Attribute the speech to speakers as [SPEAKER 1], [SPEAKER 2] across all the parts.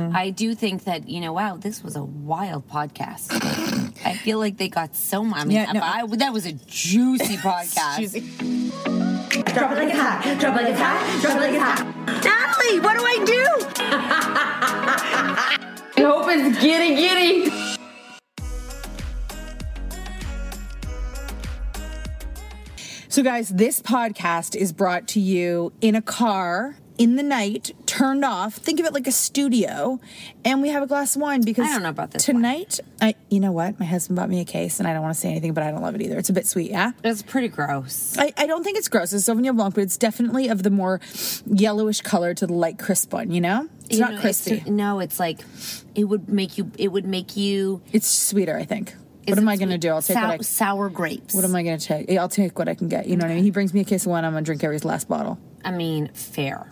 [SPEAKER 1] I do think that you know, wow, this was a wild podcast. I feel like they got so much. I mean,
[SPEAKER 2] Yeah, no.
[SPEAKER 1] I- that was a juicy podcast.
[SPEAKER 3] Drop it like it's hot. Drop it like it's hot. Drop it like it's hot. Natalie, what do I do? I hope it's giddy giddy.
[SPEAKER 2] So, guys, this podcast is brought to you in a car in the night, turned off. Think of it like a studio, and we have a glass of wine because
[SPEAKER 1] I don't know about this
[SPEAKER 2] tonight. I, you know what? My husband bought me a case, and I don't want to say anything, but I don't love it either. It's a bit sweet, yeah.
[SPEAKER 1] That's pretty gross.
[SPEAKER 2] I, I don't think it's gross. It's Sauvignon Blanc, but it's definitely of the more yellowish color to the light crisp one. You know, it's
[SPEAKER 1] You
[SPEAKER 2] not
[SPEAKER 1] know,
[SPEAKER 2] crispy. It's,
[SPEAKER 1] no, it's like it would make you. It would make you.
[SPEAKER 2] sweeter, I think.
[SPEAKER 1] is
[SPEAKER 2] What am
[SPEAKER 1] it
[SPEAKER 2] I going to
[SPEAKER 1] sweet?
[SPEAKER 2] do? I'll take
[SPEAKER 1] Sou-
[SPEAKER 2] what I.
[SPEAKER 1] sour grapes.
[SPEAKER 2] What am I going to take? I'll take what I can get. You know what I mean? He brings me a case of wine. I'm going to drink every last bottle.
[SPEAKER 1] I mean, fair.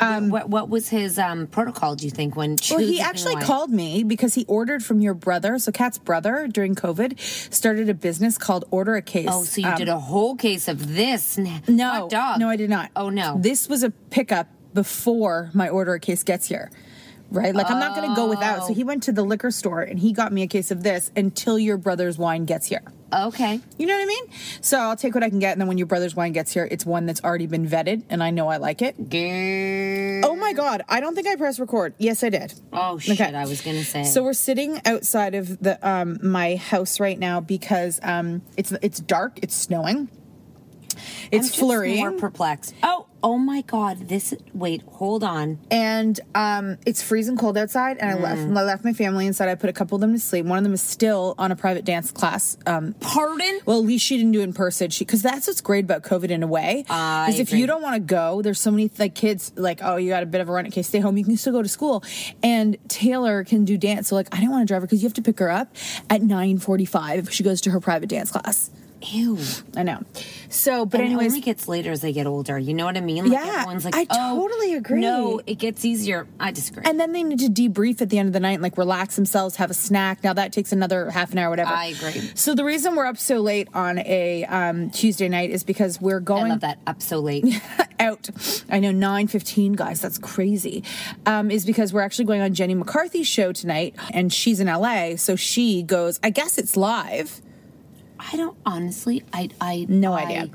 [SPEAKER 1] what, what was his um, protocol? Do you think when?
[SPEAKER 2] Well,
[SPEAKER 1] choosing
[SPEAKER 2] he actually
[SPEAKER 1] wine?
[SPEAKER 2] called me because he ordered from your brother. So, Kat's brother during COVID started a business called Order a Case. Uh,
[SPEAKER 1] Oh, so you did a whole case of this? n-
[SPEAKER 2] um, No,
[SPEAKER 1] hot dog.
[SPEAKER 2] no, I did not.
[SPEAKER 1] Oh no,
[SPEAKER 2] This was a pickup before my order a case gets here. Right? Like I'm not going to go without. So he
[SPEAKER 1] Oh.
[SPEAKER 2] went to the liquor store and he got me a case of this until your brother's wine gets here.
[SPEAKER 1] okay.
[SPEAKER 2] You know what I mean? So I'll take what I can get and then when your brother's wine gets here, it's one that's already been vetted and I know I like it. Oh my god, I don't think I pressed record. Yes, I did.
[SPEAKER 1] Oh shit! I was gonna say.
[SPEAKER 2] So we're sitting outside of the um, my house right now because um, it's it's dark, it's snowing. It's
[SPEAKER 1] I'm just
[SPEAKER 2] flurrying.
[SPEAKER 1] More perplexed. Oh, oh my God! This. Wait, hold on.
[SPEAKER 2] and um, it's freezing cold outside. And I
[SPEAKER 1] Mm.
[SPEAKER 2] left. I left my family inside. I put a couple of them to sleep. One of them is still on a private dance class. Um,
[SPEAKER 1] Pardon?
[SPEAKER 2] well, at least she didn't do it in person. She because that's what's great about COVID in a way. Is if you don't want to go, there's so many like kids like oh you got a bit of a run. Okay, stay home. You can still go to school. And Taylor can do dance. So like I don't want to drive her because you have to pick her up at 9:45 if she goes to her private dance class.
[SPEAKER 1] Ew.
[SPEAKER 2] I know. So, but
[SPEAKER 1] But it
[SPEAKER 2] anyways,
[SPEAKER 1] only gets later as they get older. You know what I mean? Like
[SPEAKER 2] Yeah,
[SPEAKER 1] everyone's like,
[SPEAKER 2] I
[SPEAKER 1] oh,
[SPEAKER 2] totally agree.
[SPEAKER 1] No, it gets easier. I disagree.
[SPEAKER 2] And then they need to debrief at the end of the night and like relax themselves, have a snack. Now that takes another half an hour, whatever.
[SPEAKER 1] I agree.
[SPEAKER 2] So the reason we're up so late on a um, Tuesday night is because we're
[SPEAKER 1] I
[SPEAKER 2] going
[SPEAKER 1] love that up so late.
[SPEAKER 2] out. I know nine fifteen, guys. That's crazy. Um, is because we're actually going on Jenny McCarthy's show tonight, and she's in LA, so she goes. I guess it's live.
[SPEAKER 1] I don't honestly. I I
[SPEAKER 2] No
[SPEAKER 1] I-
[SPEAKER 2] idea.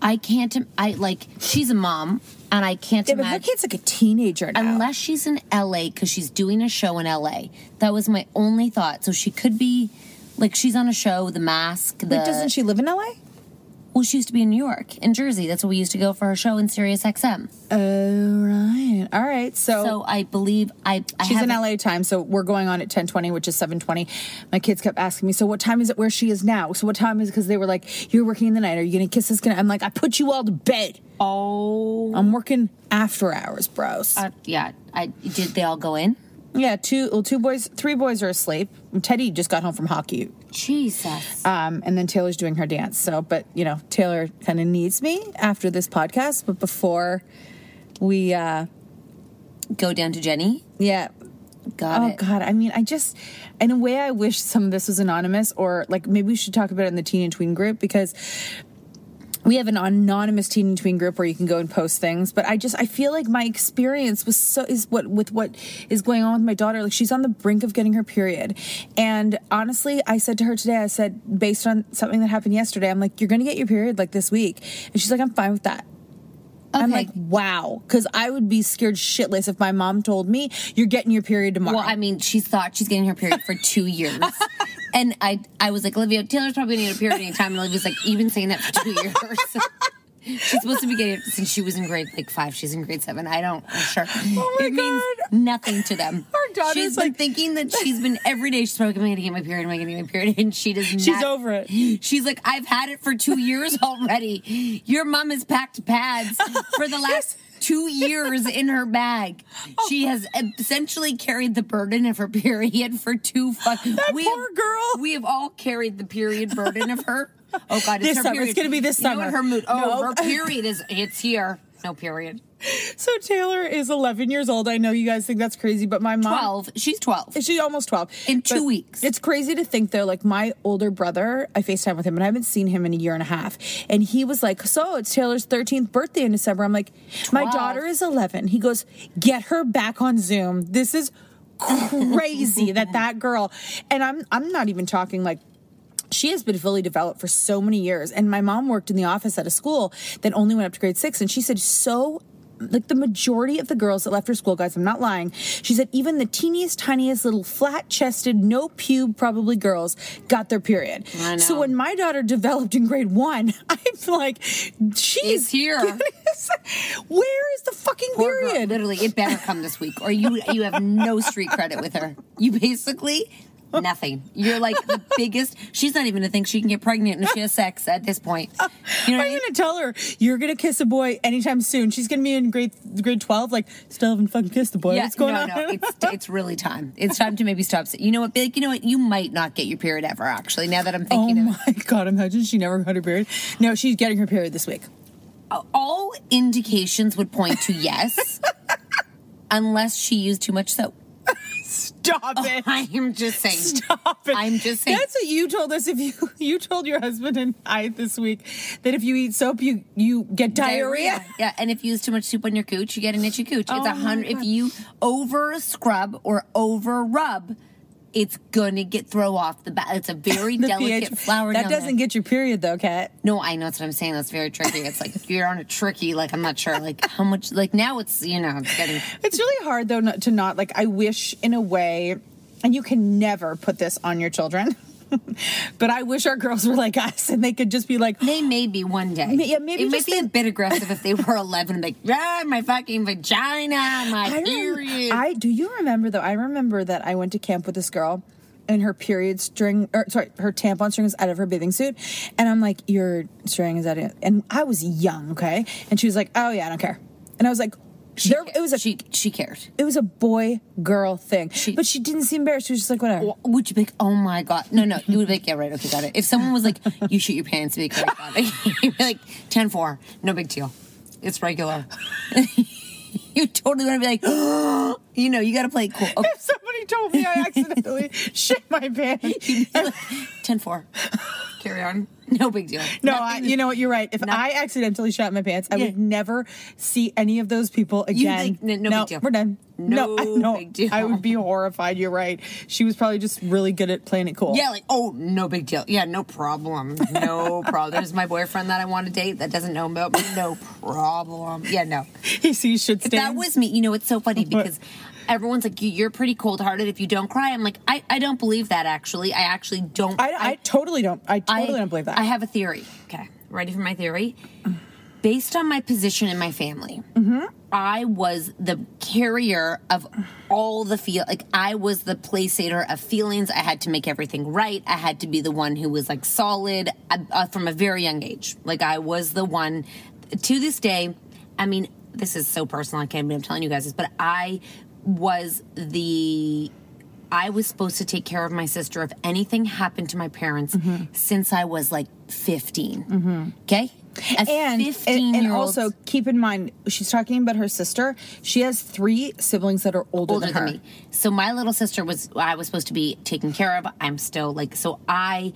[SPEAKER 1] I can't. im- I like she's a mom, and I can't
[SPEAKER 2] Yeah, but her
[SPEAKER 1] imagine
[SPEAKER 2] kid's like a teenager now.
[SPEAKER 1] unless she's in LA because she's doing a show in LA. That was my only thought. So she could be like she's on a show, The Mask. The,
[SPEAKER 2] Wait, doesn't she live in LA?
[SPEAKER 1] Well, she used to be in New York, in Jersey. That's where we used to go for her show in Sirius XM.
[SPEAKER 2] Oh right. All right. So,
[SPEAKER 1] So I believe I. I
[SPEAKER 2] she's in
[SPEAKER 1] haven't-
[SPEAKER 2] LA time, so we're going on at ten twenty, which is seven twenty. My kids kept asking me, "So what time is it where she is now?" So what time is because they were like, "You're working in the night. Are you gonna kiss this?" Gonna? I'm like, "I put you all to bed.
[SPEAKER 1] Oh,
[SPEAKER 2] I'm working after hours, bros."
[SPEAKER 1] uh, yeah. I did. They all go in.
[SPEAKER 2] yeah, two well, two boys, three boys are asleep. Teddy just got home from hockey,
[SPEAKER 1] Jesus.
[SPEAKER 2] um, and then Taylor's doing her dance. So, but you know, Taylor kind of needs me after this podcast, but before we, uh,
[SPEAKER 1] go down to Jenny.
[SPEAKER 2] yeah,
[SPEAKER 1] Got
[SPEAKER 2] oh
[SPEAKER 1] it.
[SPEAKER 2] god i mean i just in a way i wish some of this was anonymous or like maybe we should talk about it in the teen and tween group because we have an anonymous teen and tween group where you can go and post things but i just i feel like my experience was so is what with what is going on with my daughter like she's on the brink of getting her period and honestly i said to her today i said based on something that happened yesterday i'm like you're gonna get your period like this week and she's like i'm fine with that I'm
[SPEAKER 1] Okay.
[SPEAKER 2] like, wow, because I would be scared shitless if my mom told me you're getting your period tomorrow.
[SPEAKER 1] Well, I mean, she thought she's getting her period for two years. And I, I was like, Olivia, Taylor's probably gonna get a period anytime. And Olivia's like, you've been saying that for two years. she's supposed to be getting it since she was in grade like five. She's in grade seven. I don't. I'm sure.
[SPEAKER 2] Oh my
[SPEAKER 1] it means
[SPEAKER 2] God.
[SPEAKER 1] nothing to them.
[SPEAKER 2] Our daughter's
[SPEAKER 1] She's been
[SPEAKER 2] like-
[SPEAKER 1] thinking that she's been every day. She's probably "Am I gonna get my period. Am I gonna get my period? And she does. not-
[SPEAKER 2] over it.
[SPEAKER 1] She's like, I've had it for two years already. Your mom has packed pads for the last two years in her bag. She
[SPEAKER 2] Oh.
[SPEAKER 1] has essentially carried the burden of her period for two fucking.
[SPEAKER 2] That poor girl.
[SPEAKER 1] We have all carried the period burden of her. Oh God, it's
[SPEAKER 2] This
[SPEAKER 1] her
[SPEAKER 2] summer. It's
[SPEAKER 1] period.
[SPEAKER 2] gonna be this
[SPEAKER 1] You know what
[SPEAKER 2] summer.
[SPEAKER 1] her mood. Oh,
[SPEAKER 2] No.
[SPEAKER 1] her period is. It's here. No period.
[SPEAKER 2] so Taylor is 11 years old. I know you guys think that's crazy, but my mom.
[SPEAKER 1] Twelve. She's twelve.
[SPEAKER 2] She's almost 12.
[SPEAKER 1] In two
[SPEAKER 2] But
[SPEAKER 1] weeks.
[SPEAKER 2] It's crazy to think, though, like my older brother, I FaceTime with him and I haven't seen him in a year and a half. And he was like, So it's Taylor's 13th birthday in December. I'm like, My
[SPEAKER 1] 12.
[SPEAKER 2] daughter is 11. He goes, Get her back on Zoom. This is crazy that that girl. And I'm, I'm not even talking like she has been fully developed for so many years. And my mom worked in the office at a school that only went up to grade six. And she said, so. Like the majority of the girls that left her school, guys, I'm not lying. She said even the teeniest, tiniest little flat chested, no pube probably girls got their period.
[SPEAKER 1] I
[SPEAKER 2] So
[SPEAKER 1] know.
[SPEAKER 2] when my daughter developed in grade one, I'm like, she's
[SPEAKER 1] It's here.
[SPEAKER 2] Where is the fucking
[SPEAKER 1] Poor girl.
[SPEAKER 2] period?
[SPEAKER 1] Literally, it better come this week, or you you have no street credit with her. You basically nothing. You're like the biggest. She's not even to think she can get pregnant if she has sex at this point. You know what I
[SPEAKER 2] I'm
[SPEAKER 1] mean?
[SPEAKER 2] gonna tell her you're gonna kiss a boy anytime soon. She's gonna be in grade grade twelve, like still haven't fucking kissed a boy.
[SPEAKER 1] Yeah,
[SPEAKER 2] What's going
[SPEAKER 1] no,
[SPEAKER 2] on?
[SPEAKER 1] no, it's it's really time. It's time to maybe stop. You know what? Be like, you know what? You might not get your period ever. Actually, now that I'm
[SPEAKER 2] Oh
[SPEAKER 1] thinking of it.
[SPEAKER 2] my god! Imagine she never got her period. No, she's getting her period this week.
[SPEAKER 1] all indications would point to yes, unless she used too much soap.
[SPEAKER 2] Stop it!
[SPEAKER 1] I am just saying.
[SPEAKER 2] Stop it!
[SPEAKER 1] I'm just saying.
[SPEAKER 2] That's what you told us. If you you told your husband and I this week that if you eat soap, you you get diarrhea.
[SPEAKER 1] Yeah, and if you use too much soup on your cooch, you get an itchy cooch.
[SPEAKER 2] Oh
[SPEAKER 1] it's
[SPEAKER 2] my
[SPEAKER 1] a hundred. If
[SPEAKER 2] God.
[SPEAKER 1] you over scrub or over rub, it's gonna get throw off the bat. It's a very
[SPEAKER 2] The
[SPEAKER 1] delicate
[SPEAKER 2] pH
[SPEAKER 1] flower.
[SPEAKER 2] that doesn't get your period though, Kat.
[SPEAKER 1] No, I know that's what I'm saying. That's very tricky. It's like you're on a tricky. Like I'm not sure. Like how much? Like now it's you know it's getting.
[SPEAKER 2] It's really hard though not, to not like. I wish in a way, and you can never put this on your children. but I wish our girls were like us and they could just be like,
[SPEAKER 1] They may be one day.
[SPEAKER 2] Ma- yeah, maybe
[SPEAKER 1] it might
[SPEAKER 2] just
[SPEAKER 1] be a
[SPEAKER 2] the-
[SPEAKER 1] bit aggressive if they were 11 and like, ah, my fucking vagina, my
[SPEAKER 2] I, remember,
[SPEAKER 1] period.
[SPEAKER 2] I do you remember though? I remember that I went to camp with this girl and her period string or sorry, her tampon string was out of her bathing suit. And I'm like, Your string is out of and I was young, okay? And she was like, Oh yeah, I don't care. And I was like,
[SPEAKER 1] She
[SPEAKER 2] there,
[SPEAKER 1] cared.
[SPEAKER 2] it was a
[SPEAKER 1] she she cared.
[SPEAKER 2] it was a boy girl thing. but she didn't seem embarrassed. She was just like, whatever.
[SPEAKER 1] would you be like, oh my god? No, no, you would be like, yeah, right, okay, got it. If someone was like, you shit your pants, you'd be like, right, got it. You'd be like, 10 4, no big deal. It's regular. you totally want to be like, you know, you got to play it cool. Okay.
[SPEAKER 2] If somebody somebody told me I accidentally shit my pants.
[SPEAKER 1] Ten four. Carry on. No big deal.
[SPEAKER 2] No, I, you know what? You're right. If I accidentally shot my pants, I would never see any of those people again.
[SPEAKER 1] like, n- no big deal.
[SPEAKER 2] We're done. I-
[SPEAKER 1] No big deal.
[SPEAKER 2] I would be horrified. You're right. She was probably just really good at playing it cool.
[SPEAKER 1] Yeah, like, oh, no big deal. Yeah, no problem. No problem. There's my boyfriend that I want to date that doesn't know about me. No problem. Yeah, no.
[SPEAKER 2] he sees shit stains.
[SPEAKER 1] That was me. You know, it's so funny because everyone's like, "You- you're pretty cold hearted if you don't cry. I'm like, I, I don't believe that actually. I actually don't.
[SPEAKER 2] I, I, totally don't. I totally don't believe that.
[SPEAKER 1] I have a theory. Okay, ready for my theory? Based on my position in my family, I was the carrier of all the feel. Like I was the placator of feelings. I had to make everything right. I had to be the one who was like solid uh, uh, from a very young age. Like I was the one. To this day, I mean, this is so personal. I can't believe I'm telling you guys this, but I was the I was supposed to take care of my sister if anything happened to my parents
[SPEAKER 2] Mm-hmm.
[SPEAKER 1] since I was like 15. Okay? A
[SPEAKER 2] and, and,
[SPEAKER 1] 15
[SPEAKER 2] and
[SPEAKER 1] year old
[SPEAKER 2] also keep in mind, she's talking about her sister. She has three siblings that are older,
[SPEAKER 1] older
[SPEAKER 2] than her.
[SPEAKER 1] than me. So my little sister was I was supposed to be taken care of. I'm still like so I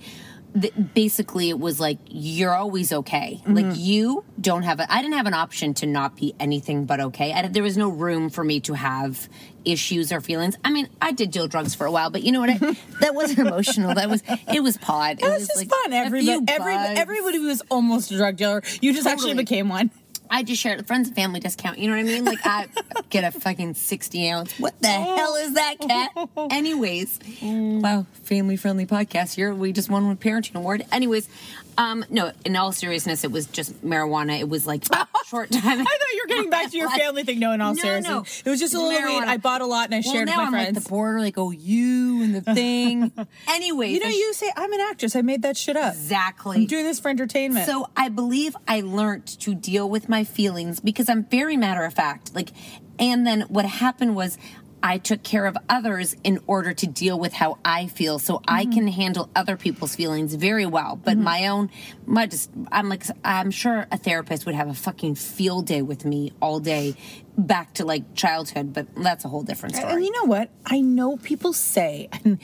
[SPEAKER 1] th- basically it was like you're always okay.
[SPEAKER 2] Mm-hmm.
[SPEAKER 1] Like you don't have a I didn't have an option to not be anything but okay. I, there was no room for me to have issues or feelings. I mean, I did deal drugs for a while, but you know what? I, that wasn't emotional. That was it was pod.
[SPEAKER 2] It was just fun. Everybody, every, everybody was almost a drug dealer. You just actually
[SPEAKER 1] Totally.
[SPEAKER 2] became one.
[SPEAKER 1] I just shared a friends and family discount. You know what I mean? Like I get a fucking sixty ounce. What the
[SPEAKER 2] Oh.
[SPEAKER 1] hell is that cat? Anyways,
[SPEAKER 2] Mm.
[SPEAKER 1] wow, family friendly podcast here. We just won a parenting award. Anyways, um, no, in all seriousness, it was just marijuana. It was like a short time.
[SPEAKER 2] I thought you were getting back to your family thing. No, in all
[SPEAKER 1] No, no.
[SPEAKER 2] seriousness, it was just a little weed.
[SPEAKER 1] Marijuana.
[SPEAKER 2] I bought a lot and I
[SPEAKER 1] Well,
[SPEAKER 2] shared with
[SPEAKER 1] now
[SPEAKER 2] my
[SPEAKER 1] I'm
[SPEAKER 2] friends.
[SPEAKER 1] like the border, like oh you and the thing. Anyways,
[SPEAKER 2] you know,
[SPEAKER 1] I sh-
[SPEAKER 2] you say I'm an actress. I made that shit up.
[SPEAKER 1] exactly
[SPEAKER 2] I'm doing this for entertainment.
[SPEAKER 1] So I believe I learned to deal with my feelings because I'm very matter of fact. Like, and then what happened was I took care of others in order to deal with how I feel, so I
[SPEAKER 2] Mm-hmm.
[SPEAKER 1] can handle other people's feelings very well. But my own, my just, I'm like, I'm sure a therapist would have a fucking field day with me all day, back to like childhood. But that's a whole different story.
[SPEAKER 2] And you know what? I know people say, and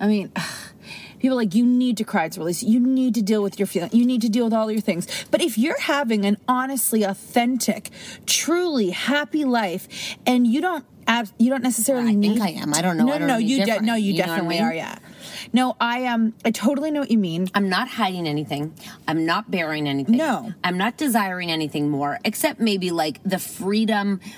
[SPEAKER 2] I mean, people are like you need to cry to release. You need to deal with your feelings. You need to deal with all your things. But if you're having an honestly authentic, truly happy life, and you don't. ab- You don't necessarily
[SPEAKER 1] I think
[SPEAKER 2] need.
[SPEAKER 1] I am. I don't know.
[SPEAKER 2] No,
[SPEAKER 1] I don't
[SPEAKER 2] no,
[SPEAKER 1] know any
[SPEAKER 2] you de-
[SPEAKER 1] different.
[SPEAKER 2] no,
[SPEAKER 1] You
[SPEAKER 2] you,
[SPEAKER 1] know what I
[SPEAKER 2] definitely
[SPEAKER 1] mean?
[SPEAKER 2] are. Yeah. No, I um, I totally know what you mean.
[SPEAKER 1] I'm not hiding anything. I'm not bearing anything.
[SPEAKER 2] No.
[SPEAKER 1] I'm not desiring anything more, except maybe like the freedom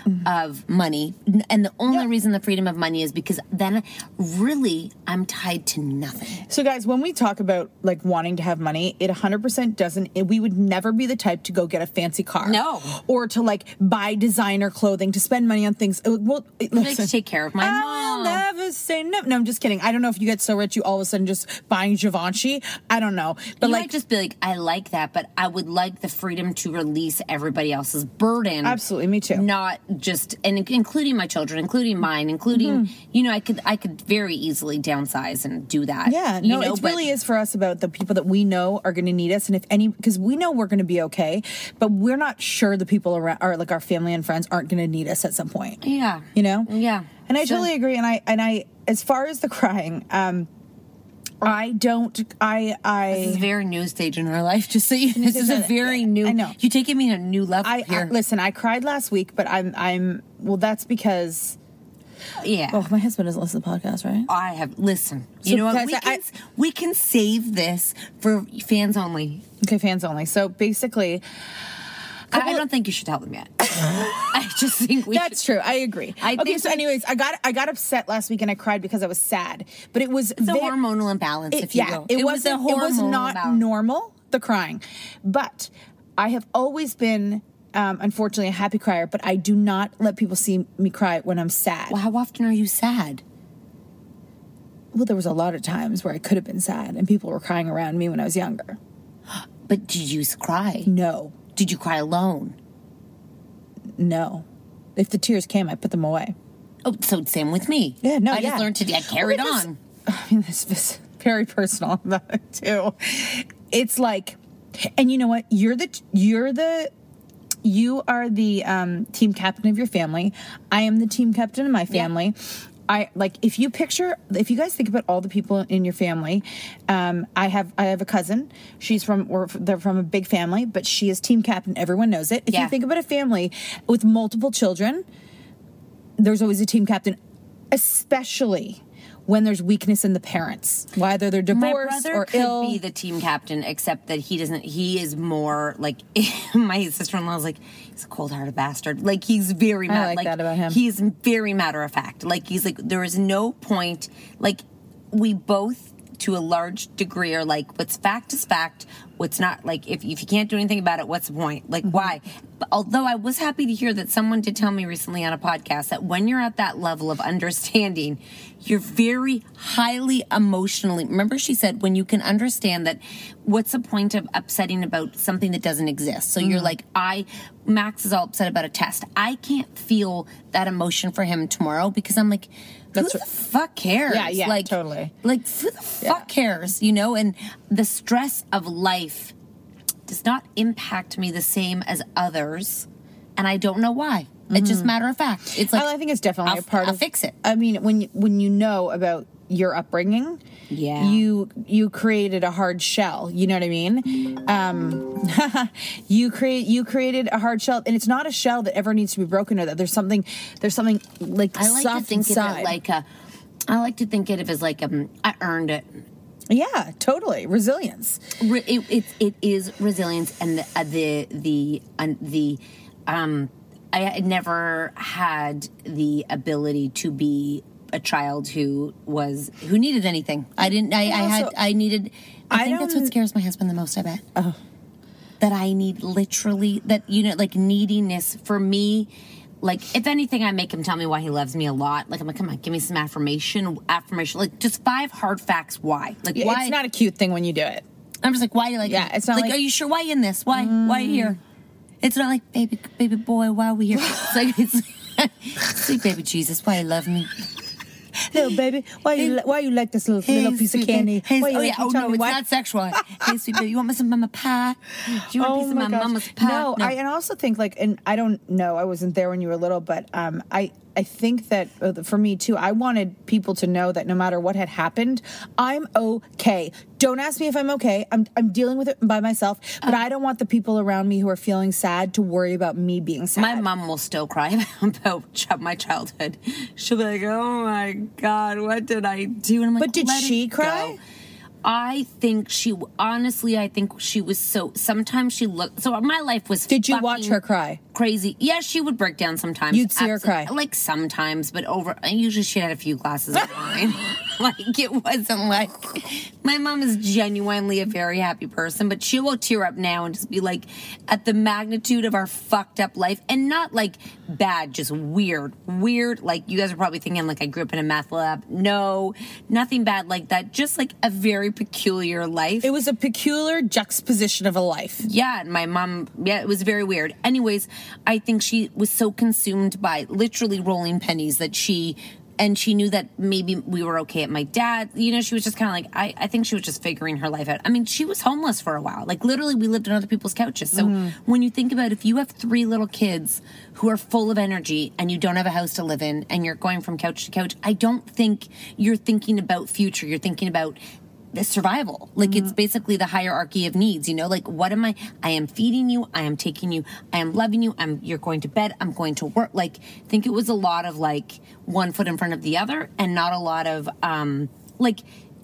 [SPEAKER 2] Mm-hmm.
[SPEAKER 1] of money. N- And the only reason the freedom of money is because then really I'm tied to nothing.
[SPEAKER 2] So, guys, when we talk about like wanting to have money, it 100% doesn't. It, we would never be the type to go get a fancy car.
[SPEAKER 1] No.
[SPEAKER 2] Or to like buy designer clothing, to spend money on things. It, well, it,
[SPEAKER 1] like to take care of my
[SPEAKER 2] I
[SPEAKER 1] mom.
[SPEAKER 2] will never say no. No, I'm just kidding. I don't know if you get so rich, you all of a sudden just buying Givenchy. I don't know. But
[SPEAKER 1] you
[SPEAKER 2] like,
[SPEAKER 1] might just be like, I like that, but I would like the freedom to release everybody else's burden.
[SPEAKER 2] Absolutely, me too.
[SPEAKER 1] Not just and in- including my children, including mine, including
[SPEAKER 2] Mm-hmm.
[SPEAKER 1] you know, I could I could very easily downsize and do that.
[SPEAKER 2] Yeah,
[SPEAKER 1] you
[SPEAKER 2] no,
[SPEAKER 1] know,
[SPEAKER 2] it
[SPEAKER 1] but-
[SPEAKER 2] really is for us about the people that we know are going to need us, and if any, because we know we're going to be okay, but we're not sure the people around, or like our family and friends, aren't going to need us at some point.
[SPEAKER 1] Yeah.
[SPEAKER 2] you know.
[SPEAKER 1] Yeah.
[SPEAKER 2] and I
[SPEAKER 1] So-
[SPEAKER 2] totally agree. And I and I, as far as the crying, um, I don't. I
[SPEAKER 1] This is a
[SPEAKER 2] I.
[SPEAKER 1] very new stage in our life. Just so you, this is a very new.
[SPEAKER 2] I know.
[SPEAKER 1] You're taking me to a new level
[SPEAKER 2] I, I
[SPEAKER 1] here.
[SPEAKER 2] listen. I cried last week, but I'm I'm well. That's because
[SPEAKER 1] yeah.
[SPEAKER 2] my husband doesn't listen to the podcast, right?
[SPEAKER 1] I have listen. you know
[SPEAKER 2] oh. guys,
[SPEAKER 1] what? We
[SPEAKER 2] I-
[SPEAKER 1] can, we can save this for fans only.
[SPEAKER 2] Okay, fans only. So basically,
[SPEAKER 1] I, I don't think you should tell them yet. I just think we.
[SPEAKER 2] That's
[SPEAKER 1] should-
[SPEAKER 2] true. I agree.
[SPEAKER 1] I
[SPEAKER 2] okay,
[SPEAKER 1] think
[SPEAKER 2] so
[SPEAKER 1] we-
[SPEAKER 2] anyways, I got I got upset last week and I cried because I was sad. But it was
[SPEAKER 1] It's a hormonal imbalance, if you
[SPEAKER 2] yeah,
[SPEAKER 1] will.
[SPEAKER 2] It,
[SPEAKER 1] It was a
[SPEAKER 2] wasn't- It was
[SPEAKER 1] hormonal
[SPEAKER 2] not
[SPEAKER 1] imbalance.
[SPEAKER 2] normal the crying, but I have always been. Um, unfortunately, a happy crier, but I do not let people see me cry when I'm sad.
[SPEAKER 1] Well, how often are you sad?
[SPEAKER 2] Well, there was a lot of times where I could have been sad, and people were crying around me when I was younger.
[SPEAKER 1] But did you s- cry?
[SPEAKER 2] No,
[SPEAKER 1] Did you cry alone?
[SPEAKER 2] no. If the tears came, I put them away.
[SPEAKER 1] Oh, so same with me.
[SPEAKER 2] Yeah, no,
[SPEAKER 1] I
[SPEAKER 2] yeah.
[SPEAKER 1] just learned to. I carried
[SPEAKER 2] Well, this-
[SPEAKER 1] on.
[SPEAKER 2] I mean, this is very personal too. It's like, and you know what? You're the you're the you are the um, team captain of your family. I am the team captain of my family. I like if you picture if you guys think about all the people in your family. Um, I have I have a cousin. She's from we're, they're from a big family, but she is team captain. Everyone knows it. If
[SPEAKER 1] Yeah.
[SPEAKER 2] you think about a family with multiple children, there's always a team captain, especially when there's weakness in the parents, whether they're
[SPEAKER 1] My
[SPEAKER 2] divorced
[SPEAKER 1] brother
[SPEAKER 2] or
[SPEAKER 1] could
[SPEAKER 2] ill.
[SPEAKER 1] be the team captain, except that he doesn't. He is more like my sister in law is like he's a cold hearted bastard. Like he's very mad.
[SPEAKER 2] like that about him.
[SPEAKER 1] He's very matter of fact. Like he's like there is no point. Like we both to a large degree are like what's fact is fact. What's not like if if you can't do anything about it, what's the point?
[SPEAKER 2] Mm-hmm.
[SPEAKER 1] Like why? But although I was happy to hear that someone did tell me recently on a podcast that when you're at that level of understanding, you're very highly emotionally. Remember, she said when you can understand that, what's the point of upsetting about something that doesn't exist? So
[SPEAKER 2] Mm-hmm.
[SPEAKER 1] you're like, I, Max is all upset about a test. I can't feel that emotion for him tomorrow because I'm like, who
[SPEAKER 2] That's
[SPEAKER 1] the
[SPEAKER 2] r-
[SPEAKER 1] fuck cares?
[SPEAKER 2] Yeah, yeah,
[SPEAKER 1] like,
[SPEAKER 2] totally.
[SPEAKER 1] Like, who the fuck cares? You know, and the stress of life does not impact me the same as others, and I don't know why. It's just matter of fact. It's like
[SPEAKER 2] Well, Mm-hmm. Oh, I think it's definitely
[SPEAKER 1] I'll,
[SPEAKER 2] a part
[SPEAKER 1] I'll
[SPEAKER 2] of
[SPEAKER 1] fix it.
[SPEAKER 2] I mean, when you, when you know about your upbringing,
[SPEAKER 1] Yeah.
[SPEAKER 2] you you created a hard shell. You know what I mean? Um, you create you created a hard shell, and it's not a shell that ever needs to be broken. Or that there's something there's something like
[SPEAKER 1] I like
[SPEAKER 2] soft
[SPEAKER 1] to think
[SPEAKER 2] inside.
[SPEAKER 1] of it like a. I like to think of it as like um, I earned it.
[SPEAKER 2] yeah, totally resilience.
[SPEAKER 1] Re- it, it, it is resilience and the uh, the the um, the um I had never had the ability to be a child who was who needed anything. I didn't. I, I had.
[SPEAKER 2] also-
[SPEAKER 1] I needed. I,
[SPEAKER 2] I
[SPEAKER 1] think that's what
[SPEAKER 2] don't-
[SPEAKER 1] scares my husband the most. I bet. Oh. That I need literally that you know like neediness for me. Like if anything, I make him tell me why he loves me a lot. Like I'm like, come on, give me some affirmation, affirmation, like just five hard facts. Why? Like
[SPEAKER 2] Yeah,
[SPEAKER 1] why?
[SPEAKER 2] It's not a cute thing when you do it.
[SPEAKER 1] I'm just like, why? Like,
[SPEAKER 2] Yeah, it's not like-
[SPEAKER 1] are you sure? Why in this? Why? Why here? It's not like, baby, baby boy, why are we here? It's like, it's sweet baby Jesus, why you love me?
[SPEAKER 2] Little baby, why you li- why you like this little,
[SPEAKER 1] Hey,
[SPEAKER 2] little piece of
[SPEAKER 1] sweet baby.
[SPEAKER 2] candy?
[SPEAKER 1] Hey,
[SPEAKER 2] Why you
[SPEAKER 1] oh
[SPEAKER 2] like
[SPEAKER 1] yeah, oh
[SPEAKER 2] me
[SPEAKER 1] no,
[SPEAKER 2] telling me
[SPEAKER 1] it's
[SPEAKER 2] why?
[SPEAKER 1] not sexual. hey, sweet baby, you want me some mama pie? Do you want a piece of my,
[SPEAKER 2] Oh gosh.
[SPEAKER 1] mama's pie?
[SPEAKER 2] No, I and I also think like, and I don't know, I wasn't there when you were little, but um, I I think that uh, for me too, I wanted people to know that no matter what had happened, I'm okay. Don't ask me if I'm okay. I'm I'm dealing with it by myself,
[SPEAKER 1] Uh.
[SPEAKER 2] but I don't want the people around me who are feeling sad to worry about me being sad.
[SPEAKER 1] My mom will still cry about ch- my childhood. She'll be like, "Oh my god, what did I do?" And I'm like,
[SPEAKER 2] But did
[SPEAKER 1] "Let it
[SPEAKER 2] she cry?"
[SPEAKER 1] go." I think she honestly. I think she was so. Sometimes she looked. So my life was.
[SPEAKER 2] Did you watch
[SPEAKER 1] fucking
[SPEAKER 2] her cry?
[SPEAKER 1] Crazy. Yeah, she would break down sometimes.
[SPEAKER 2] You'd see her
[SPEAKER 1] Absolutely.
[SPEAKER 2] cry.
[SPEAKER 1] Like sometimes, but over. and Usually she had a few glasses of wine. like it wasn't like. My mom is genuinely a very happy person, but she will tear up now and just be like, at the magnitude of our fucked up life, and not like bad, just weird, weird. Like you guys are probably thinking, like I grew up in a math lab. No, nothing bad like that. Just like a very peculiar life.
[SPEAKER 2] It was a peculiar juxtaposition of a life.
[SPEAKER 1] Yeah, and my mom, yeah, it was very weird. Anyways, I think she was so consumed by literally rolling pennies that she, and she knew that maybe we were okay at my dad. You know, she was just kind of like, I, I think she was just figuring her life out. I mean, she was homeless for a while. Like, literally, we lived on other people's couches. So when you think about if you have three little kids who are full of energy and you don't have a house to live in and you're going from couch to couch, I don't think you're thinking about future. You're thinking about the survival. Like it's basically the hierarchy of needs, you know? Like what am I I am feeding you, I am taking you, I am loving you, I'm you're going to bed, I'm going to work. Like I think it was a lot of like one foot in front of the other and not a lot of um like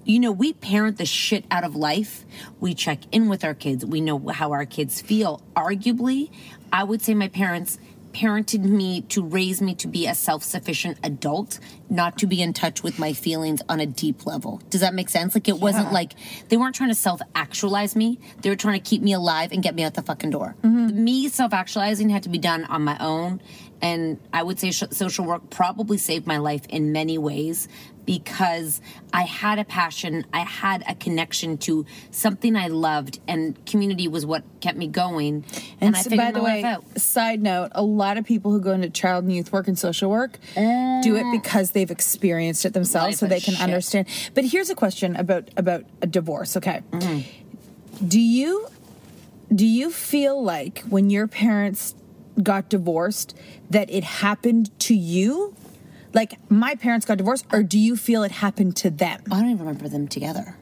[SPEAKER 1] you know, we parent the shit out of life. We check in with our kids. We know how our kids feel. Arguably, I would say my parents parented me to raise me to be a self-sufficient adult not to be in touch with my feelings on a deep level does that make sense like it wasn't like they weren't trying to self-actualize me they were trying to keep me alive and get me out the fucking door me self-actualizing had to be done on my own and i would say sh- social work probably saved my life in many ways because i had a passion i had a connection to something i loved and community was what kept me going and, i
[SPEAKER 2] so-
[SPEAKER 1] figured my life out
[SPEAKER 2] side note: a lot of people who go into child and youth work and social work do it because they've experienced it themselves,
[SPEAKER 1] Uh, Life
[SPEAKER 2] so
[SPEAKER 1] is
[SPEAKER 2] they can
[SPEAKER 1] shit.
[SPEAKER 2] understand. But here's a question about about a divorce. Okay,
[SPEAKER 1] Mm-hmm.
[SPEAKER 2] do you do you feel like when your parents got divorced that it happened to you? like my parents got divorced, or do you feel it happened to them?
[SPEAKER 1] I don't even remember them together.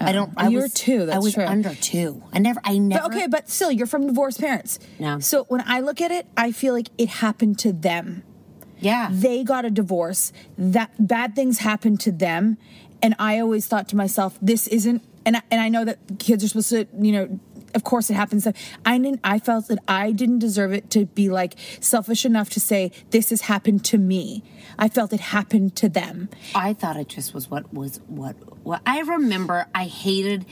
[SPEAKER 1] I don't. I
[SPEAKER 2] You were
[SPEAKER 1] was
[SPEAKER 2] Oh, two,
[SPEAKER 1] I
[SPEAKER 2] that's
[SPEAKER 1] was
[SPEAKER 2] true.
[SPEAKER 1] under two. I never. I never.
[SPEAKER 2] But okay, but still, you're from divorced parents.
[SPEAKER 1] No.
[SPEAKER 2] So when I look at it, I feel like it happened to them.
[SPEAKER 1] yeah.
[SPEAKER 2] They got a divorce. That bad things happened to them, and I always thought to myself, this isn't. And I, and I know that kids are supposed to, you know, of course it happens. to- I didn't. I felt that I didn't deserve it to be like selfish enough to say this has happened to me. I felt it happened to them.
[SPEAKER 1] I thought it just was what was what what I remember. I hated.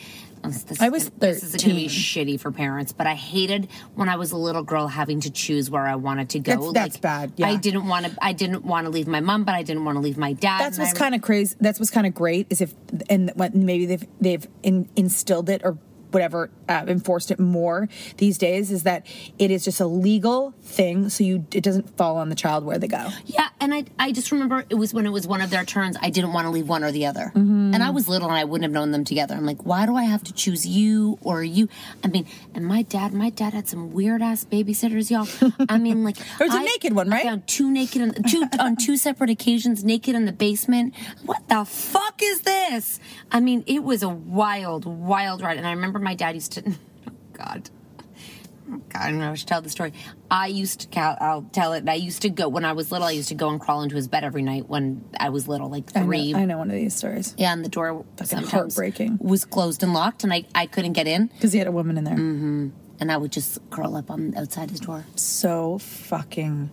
[SPEAKER 1] oh, This, this
[SPEAKER 2] I was
[SPEAKER 1] is gonna- This is gonna be
[SPEAKER 2] 13.
[SPEAKER 1] shitty for parents, but I hated when I was a little girl having to choose where I wanted to go.
[SPEAKER 2] That's- that's bad, yeah.
[SPEAKER 1] I didn't want to. I didn't want to leave my mom, but I didn't want to leave my dad.
[SPEAKER 2] That's
[SPEAKER 1] and
[SPEAKER 2] what's
[SPEAKER 1] I-
[SPEAKER 2] kind of crazy. That's what's kind of great is if and when maybe they've they've in, instilled it or whatever uh, enforced it more these days is that it is just a legal thing, so you it doesn't fall on the child where they go.
[SPEAKER 1] Yeah, and I I just remember it was when it was one of their turns. I didn't want to leave one or the other,
[SPEAKER 2] Mm-hmm.
[SPEAKER 1] and I was little and I wouldn't have known them together. I'm like, why do I have to choose you or you? I mean, and my dad, my dad had some weird ass babysitters, y'all. I mean, like
[SPEAKER 2] There was a
[SPEAKER 1] I-
[SPEAKER 2] naked one, right?
[SPEAKER 1] I found two naked on two on two separate occasions, naked in the basement. What the fuck is this? I mean, it was a wild, wild ride, and I remember my dad used to. Oh God. God, I don't know. I should tell the story. I used to. Cal- I'll tell it. I used to go when I was little. I used to go and crawl into his bed every night when I was little, like three.
[SPEAKER 2] I know one of these stories
[SPEAKER 1] Yeah, and the door sometimes
[SPEAKER 2] heartbreaking.
[SPEAKER 1] was closed and locked, and I, I couldn't get in,
[SPEAKER 2] because he had a woman in there.
[SPEAKER 1] Mm. and I would just curl up on outside his door.
[SPEAKER 2] So fucking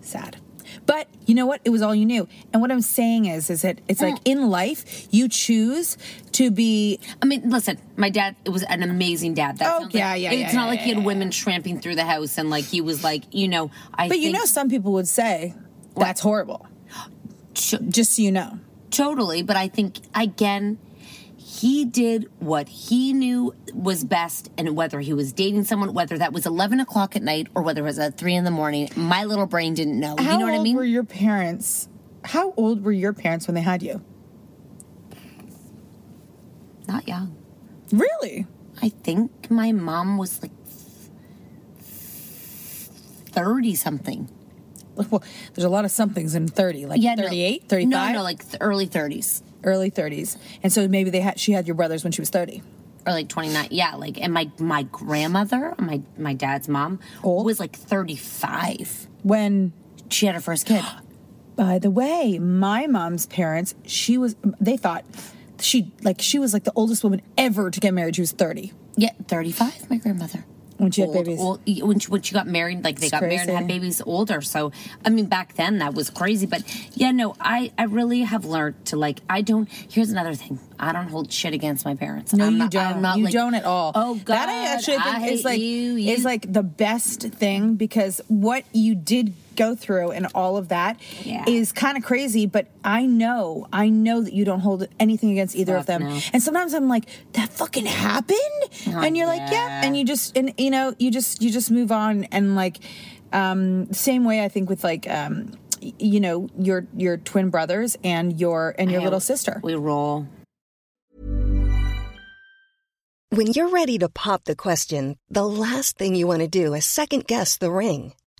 [SPEAKER 2] sad. But you know what? It was all you knew. And what I'm saying is, is that it's
[SPEAKER 1] Mm.
[SPEAKER 2] like in life you choose to be
[SPEAKER 1] I mean, listen, my dad it was an amazing dad. That
[SPEAKER 2] Oh,
[SPEAKER 1] sounds
[SPEAKER 2] yeah,
[SPEAKER 1] like,
[SPEAKER 2] yeah,
[SPEAKER 1] It's
[SPEAKER 2] yeah,
[SPEAKER 1] not
[SPEAKER 2] yeah,
[SPEAKER 1] like he
[SPEAKER 2] yeah,
[SPEAKER 1] had women tramping through the house and like he was like, you know, I.
[SPEAKER 2] But you
[SPEAKER 1] think-
[SPEAKER 2] know, some people would say that's horrible. Just so you know,
[SPEAKER 1] totally. But I think again, he did what he knew was best, and whether he was dating someone, whether that was eleven o'clock at night or whether it was at three in the morning, my little brain didn't know. Oh, you know what I mean?
[SPEAKER 2] Were your parents? How old were your parents when they had you?
[SPEAKER 1] not young.
[SPEAKER 2] Really?
[SPEAKER 1] I think my mom was like thirty something.
[SPEAKER 2] Well, there's a lot of somethings in thirty, like
[SPEAKER 1] no.
[SPEAKER 2] 38, 35,
[SPEAKER 1] No, no, like th- early thirties.
[SPEAKER 2] early thirties. And so maybe they had she had your brothers when she was thirty.
[SPEAKER 1] or like 29 yeah like and my my grandmother my my dad's mom was like 35
[SPEAKER 2] When,
[SPEAKER 1] she had her first kid
[SPEAKER 2] by the way, my mom's parents, she was they thought she like she was like the oldest woman ever to get married. She was thirty
[SPEAKER 1] yeah 35 my grandmother
[SPEAKER 2] when she
[SPEAKER 1] Old,
[SPEAKER 2] had babies.
[SPEAKER 1] old- y- when, she, when she got married like they got married and had
[SPEAKER 2] crazy.
[SPEAKER 1] babies older so i mean back then that was crazy but yeah no i i really have learned to like i don't here's another thing i don't hold shit against my parents
[SPEAKER 2] No,
[SPEAKER 1] I'm
[SPEAKER 2] you
[SPEAKER 1] not,
[SPEAKER 2] don't.
[SPEAKER 1] I'm not
[SPEAKER 2] you
[SPEAKER 1] like,
[SPEAKER 2] don't at all.
[SPEAKER 1] oh god
[SPEAKER 2] that I actually think
[SPEAKER 1] I
[SPEAKER 2] is
[SPEAKER 1] hate
[SPEAKER 2] like
[SPEAKER 1] you,
[SPEAKER 2] is
[SPEAKER 1] you-
[SPEAKER 2] like the best thing because what you did go through and all of that is
[SPEAKER 1] Yeah.
[SPEAKER 2] kind of crazy. But I know, I know that you don't hold anything against either of
[SPEAKER 1] Fuck
[SPEAKER 2] them.
[SPEAKER 1] no.
[SPEAKER 2] And sometimes I'm like, that fucking happened, and you're like, yeah,
[SPEAKER 1] yeah.
[SPEAKER 2] and you just and you know, you just you just move on and like, um, same way I think with like. um y- you know your your twin brothers and your and your
[SPEAKER 1] Yeah,
[SPEAKER 2] little sister
[SPEAKER 1] we roll
[SPEAKER 4] When you're ready to pop the question, the last thing you want to do is second guess the ring.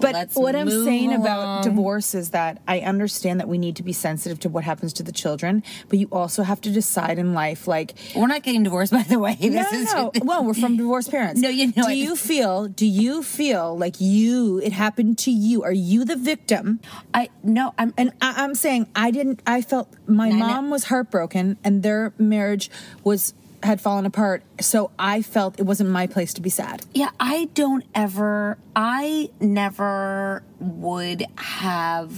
[SPEAKER 2] But
[SPEAKER 5] Let's
[SPEAKER 2] what I'm
[SPEAKER 5] move
[SPEAKER 2] saying
[SPEAKER 5] along.
[SPEAKER 2] about divorce is that I understand that we need to be sensitive to what happens to the children, but you also have to decide in life, like
[SPEAKER 1] we're not getting divorced, by the way.
[SPEAKER 2] No,
[SPEAKER 1] This
[SPEAKER 2] no,
[SPEAKER 1] is-
[SPEAKER 2] no. well, we're from divorced parents.
[SPEAKER 1] No, you know
[SPEAKER 2] Do
[SPEAKER 1] it.
[SPEAKER 2] you feel? Do you feel like you? It happened to you. Are you the victim?
[SPEAKER 1] I no. I'm
[SPEAKER 2] and I, I'm saying I didn't. I felt my mom was heartbroken, and their marriage was had fallen apart. So I felt it wasn't my place to be sad.
[SPEAKER 1] Yeah, I don't ever, I never would have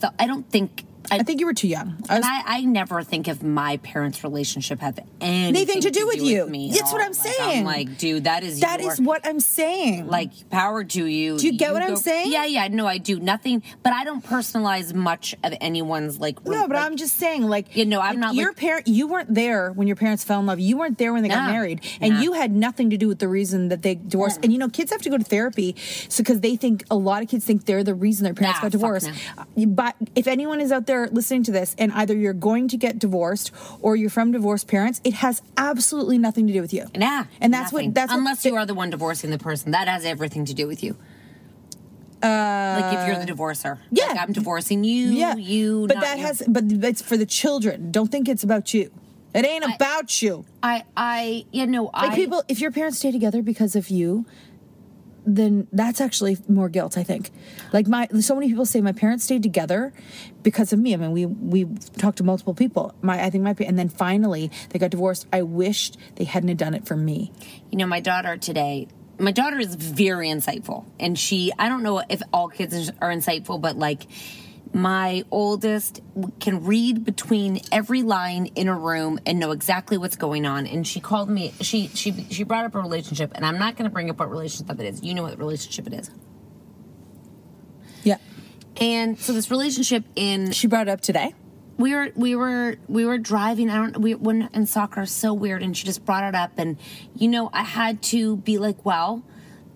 [SPEAKER 1] thought, I don't think. I,
[SPEAKER 2] think you were too young.
[SPEAKER 1] I and I, I never think of my parents' relationship have anything,
[SPEAKER 2] to do with you.
[SPEAKER 1] me
[SPEAKER 2] That's
[SPEAKER 1] at
[SPEAKER 2] what
[SPEAKER 1] all.
[SPEAKER 2] I'm
[SPEAKER 1] Like,
[SPEAKER 2] saying.
[SPEAKER 1] I'm like, dude, that is
[SPEAKER 2] That
[SPEAKER 1] your-
[SPEAKER 2] is what I'm saying.
[SPEAKER 1] like power to you.
[SPEAKER 2] Do you get what I'm saying?
[SPEAKER 1] Yeah, yeah. No, I do nothing, but I don't personalize much of anyone's like.
[SPEAKER 2] No, but I'm just saying, like,
[SPEAKER 1] you know, I'm
[SPEAKER 2] like,
[SPEAKER 1] not
[SPEAKER 2] your
[SPEAKER 1] like-
[SPEAKER 2] parent. You weren't there when your parents fell in love. You weren't there when they got
[SPEAKER 1] Nah.
[SPEAKER 2] married, and
[SPEAKER 1] Nah.
[SPEAKER 2] you had nothing to do with the reason that they divorced. And you know, kids have to go to therapy, so because they think a lot of kids think they're the reason their parents
[SPEAKER 1] Nah,
[SPEAKER 2] got
[SPEAKER 1] fuck
[SPEAKER 2] divorced.
[SPEAKER 1] no.
[SPEAKER 2] Uh, But if anyone is out there listening to this, and either you're going to get divorced or you're from divorced parents, it has absolutely nothing to do with you.
[SPEAKER 1] Nah,
[SPEAKER 2] and that's
[SPEAKER 1] nothing.
[SPEAKER 2] what that's what,
[SPEAKER 1] unless you are the one divorcing the person that has everything to do with you. Uh, like if you're the divorcer, yeah, like I'm divorcing you.
[SPEAKER 2] yeah,
[SPEAKER 1] you.
[SPEAKER 2] But
[SPEAKER 1] not
[SPEAKER 2] that
[SPEAKER 1] you.
[SPEAKER 2] has, but it's for the children. Don't think it's about you. It ain't about you.
[SPEAKER 1] I, I, you know,
[SPEAKER 2] Like
[SPEAKER 1] I
[SPEAKER 2] people, if your parents stay together because of you, then that's actually more guilt. I think. Like my, so many people say my parents stayed together because of me. I mean, we we talked to multiple people. My, I think my, pa- and then finally they got divorced. I wished they hadn't have done it for me.
[SPEAKER 1] you know, my daughter today, my daughter is very insightful. And she, I don't know if all kids is- are insightful, but like my oldest w- can read between every line in a room and know exactly what's going on. And she called me, she, she, she brought up a relationship and I'm not going to bring up what relationship it is. You know what relationship it is.
[SPEAKER 2] Yeah.
[SPEAKER 1] And so this relationship in
[SPEAKER 2] she brought it up today.
[SPEAKER 1] We were we were we were driving. I don't we when in soccer is so weird, and she just brought it up, and you know I had to be like, well,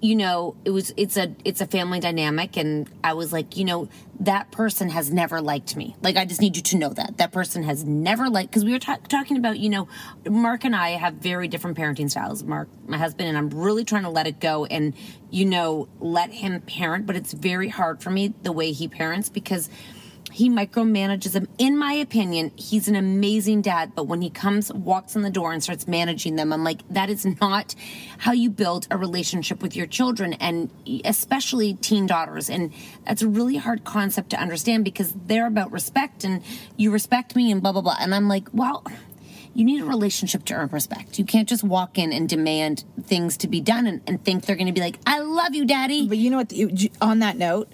[SPEAKER 1] you know it was it's a it's a family dynamic, and I was like, you know that person has never liked me. Like I just need you to know that that person has never liked because we were ta- talking about you know Mark and I have very different parenting styles. Mark, my husband, and I'm really trying to let it go and you know let him parent, but it's very hard for me the way he parents because he micromanages them. In my opinion, he's an amazing dad, but when he comes, walks in the door, and starts managing them, I'm like, that is not how you build a relationship with your children, and especially teen daughters. And that's a really hard concept to understand because they're about respect and you respect me and blah, blah, blah. And I'm like, well, you need a relationship to earn respect. You can't just walk in and demand things to be done and, and think they're going to be like, I love you, daddy.
[SPEAKER 2] But you know what? you- On that note,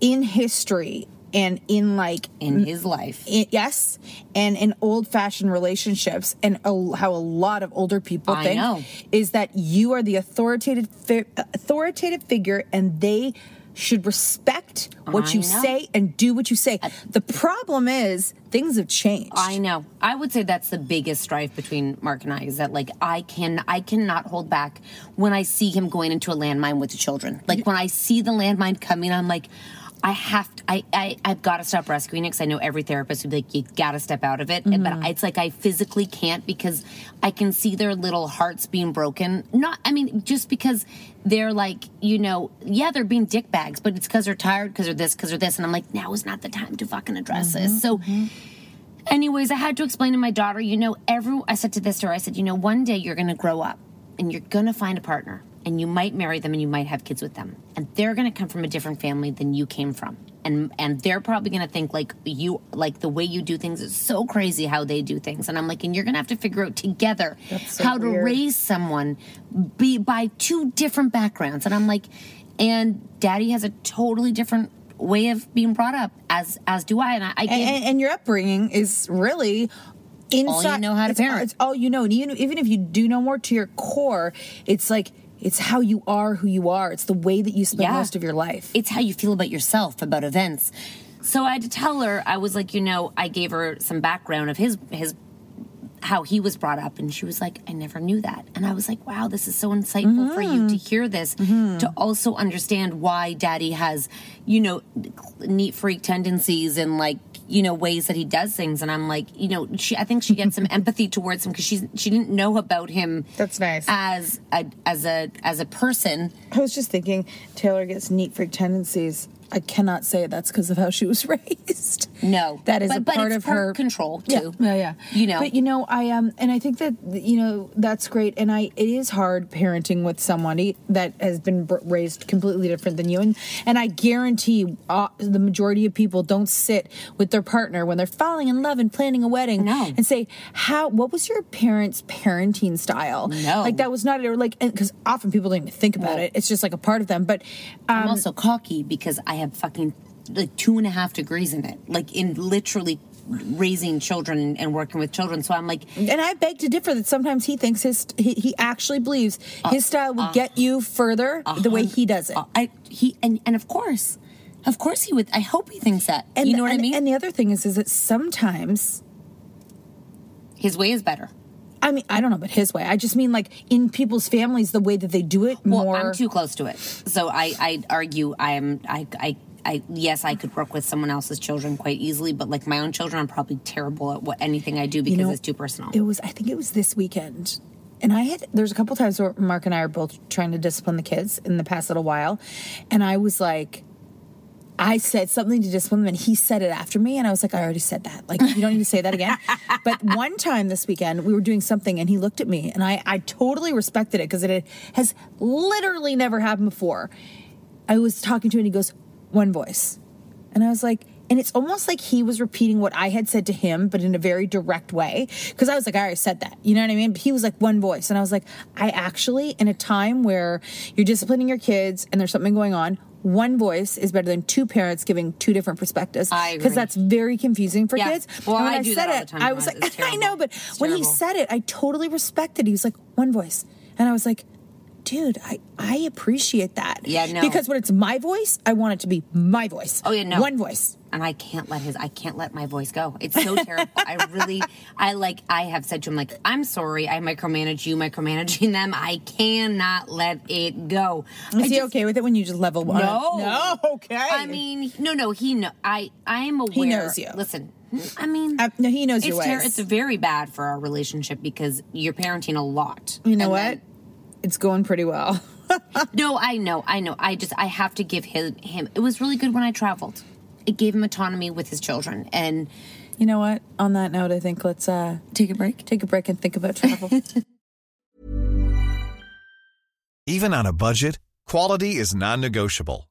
[SPEAKER 2] in history and in like
[SPEAKER 1] in his life,
[SPEAKER 2] yes, and in old fashioned relationships, and a, how a lot of older people
[SPEAKER 1] I
[SPEAKER 2] think
[SPEAKER 1] know.
[SPEAKER 2] is that you are the authoritative fi- authoritative figure, and they should respect what
[SPEAKER 1] I
[SPEAKER 2] you
[SPEAKER 1] know. Uh,
[SPEAKER 2] say and do what you say. The problem is things have changed.
[SPEAKER 1] I know. I would say that's the biggest strife between Mark and I is that like I can I cannot hold back when I see him going into a landmine with the children. Like when I see the landmine coming, I'm like, I have to, I, I I've got to stop rescuing it because I know every therapist would be like, you got to step out of it. And- But it's like I physically can't because I can see their little hearts being broken. Not, I mean, just because they're like, you know, yeah, they're being dick bags, but it's because they're tired, because they're this, because they're this, and I'm like, now is not the time to fucking address this. So. Anyways, I had to explain to my daughter, you know, every I said to this to her, I said, you know, one day you're gonna grow up and you're gonna find a partner and you might marry them and you might have kids with them. And they're gonna come from a different family than you came from. And and they're probably gonna think like you like the way you do things is so crazy how they do things. And I'm like, and you're gonna have to figure out together
[SPEAKER 5] so
[SPEAKER 1] how to
[SPEAKER 5] weird.
[SPEAKER 1] raise someone be by two different backgrounds. And I'm like, and daddy has a totally different way of being brought up as as do I and I, I
[SPEAKER 2] and,
[SPEAKER 1] gave-
[SPEAKER 2] and, and your upbringing is really inside.
[SPEAKER 1] know how to
[SPEAKER 2] it's all-
[SPEAKER 1] parent.
[SPEAKER 2] It's all you know, and even even if you do know more to your core, it's like it's how you are, who you are. It's the way that you spend
[SPEAKER 1] Yeah.
[SPEAKER 2] most of your life.
[SPEAKER 1] It's how you feel about yourself, about events. So I had to tell her, I was like, you know, I gave her some background of his his how he was brought up and she was like, I never knew that. And I was like, wow, this is so insightful for you to
[SPEAKER 2] Mm.
[SPEAKER 1] hear this,
[SPEAKER 2] Mm-hmm.
[SPEAKER 1] to also understand why daddy has, you know, neat freak tendencies and like you know ways that he does things and i'm like you know she i think she gets some empathy towards him because she's she didn't know about him
[SPEAKER 2] that's nice
[SPEAKER 1] as a as a as a person
[SPEAKER 2] I was just thinking, Taylor gets neat freak tendencies. I cannot say that's because of how she was raised.
[SPEAKER 1] No,
[SPEAKER 2] that is
[SPEAKER 1] But-
[SPEAKER 2] a
[SPEAKER 1] but
[SPEAKER 2] part
[SPEAKER 1] it's
[SPEAKER 2] of
[SPEAKER 1] part
[SPEAKER 2] her
[SPEAKER 1] control,
[SPEAKER 2] Yeah,
[SPEAKER 1] too.
[SPEAKER 2] Yeah, yeah.
[SPEAKER 1] You know.
[SPEAKER 2] but you know, I um, and I think that you know that's great. And I, it is hard parenting with somebody that has been br- raised completely different than you. And and I guarantee uh, the majority of people don't sit with their partner when they're falling in love and planning a wedding and say, how? What was your parents' parenting style?
[SPEAKER 1] No.
[SPEAKER 2] like that was not it. Or like because often people don't even think about it. It's just like a part of them. But um,
[SPEAKER 1] I'm also cocky because I have fucking like two and a half degrees in it, like in literally raising children and working with children. So I'm like,
[SPEAKER 2] And I beg to differ that sometimes he thinks his he, he actually believes his
[SPEAKER 1] Uh,
[SPEAKER 2] style would get you further the way he does it.
[SPEAKER 1] I he and and of course, of course he would. I hope he thinks that.
[SPEAKER 2] And,
[SPEAKER 1] you know what
[SPEAKER 2] and,
[SPEAKER 1] I mean?
[SPEAKER 2] And the other thing is, is that sometimes
[SPEAKER 1] His way is better.
[SPEAKER 2] I mean I don't know, but his way. I just mean like in people's families, the way that they do it
[SPEAKER 1] Well,
[SPEAKER 2] more.
[SPEAKER 1] I'm too close to it, so I I argue I'm I I. I, yes, I could work with someone else's children quite easily, but like my own children, I'm probably terrible at what anything I do because
[SPEAKER 2] know,
[SPEAKER 1] it's too personal.
[SPEAKER 2] It was, I think it was this weekend. And I had, there's a couple times where Mark and I are both trying to discipline the kids in the past little while. And I was like, I said something to discipline them and he said it after me. And I was like, I already said that. Like, you don't need to say that again. but one time this weekend, we were doing something and he looked at me and I, I totally respected it because it has literally never happened before. I was talking to him and he goes, one voice. And I was like, and it's almost like he was repeating what I had said to him, but in a very direct way. Cause I was like, I already said that. You know what I mean? But he was like one voice. And I was like, I actually, in a time where you're disciplining your kids and there's something going on, one voice is better than two parents giving two different perspectives.
[SPEAKER 1] I agree.
[SPEAKER 2] Because that's very confusing for
[SPEAKER 1] Yeah.
[SPEAKER 2] kids.
[SPEAKER 1] Well,
[SPEAKER 2] and when
[SPEAKER 1] I
[SPEAKER 2] I,
[SPEAKER 1] do
[SPEAKER 2] said
[SPEAKER 1] that all
[SPEAKER 2] it,
[SPEAKER 1] the time,
[SPEAKER 2] I was
[SPEAKER 1] guys.
[SPEAKER 2] like,
[SPEAKER 1] It's
[SPEAKER 2] I know,
[SPEAKER 1] terrible.
[SPEAKER 2] but
[SPEAKER 1] It's
[SPEAKER 2] when he
[SPEAKER 1] terrible.
[SPEAKER 2] said it, I totally respected. He was like, one voice. And I was like, dude, I, I appreciate that.
[SPEAKER 1] Yeah, no.
[SPEAKER 2] Because when it's my voice, I want it to be my voice.
[SPEAKER 1] Oh, yeah, no.
[SPEAKER 2] One voice.
[SPEAKER 1] and I can't let his I can't let my voice go. It's so terrible. I really I like I have said to him like I'm sorry I micromanage you micromanaging them. I cannot let it go.
[SPEAKER 2] Is
[SPEAKER 1] I
[SPEAKER 2] he
[SPEAKER 1] just-
[SPEAKER 2] okay with it when you just level one?
[SPEAKER 1] No.
[SPEAKER 2] No, okay.
[SPEAKER 1] I mean, no, no, he know. I, I am aware.
[SPEAKER 2] knows you.
[SPEAKER 1] Listen, I mean,
[SPEAKER 2] Uh, no, he knows
[SPEAKER 1] it's
[SPEAKER 2] your
[SPEAKER 1] ter-
[SPEAKER 2] ways.
[SPEAKER 1] it's very bad for our relationship because you're parenting a lot.
[SPEAKER 2] you know
[SPEAKER 1] And
[SPEAKER 2] what?
[SPEAKER 1] then-
[SPEAKER 2] it's going pretty well.
[SPEAKER 1] no, I know, I know. I just I have to give him him. It was really good when I traveled. It gave him autonomy with his children, and
[SPEAKER 2] You know what? On that note, I think let's uh, take a break. Take a break and think about travel.
[SPEAKER 6] Even on a budget, quality is non-negotiable.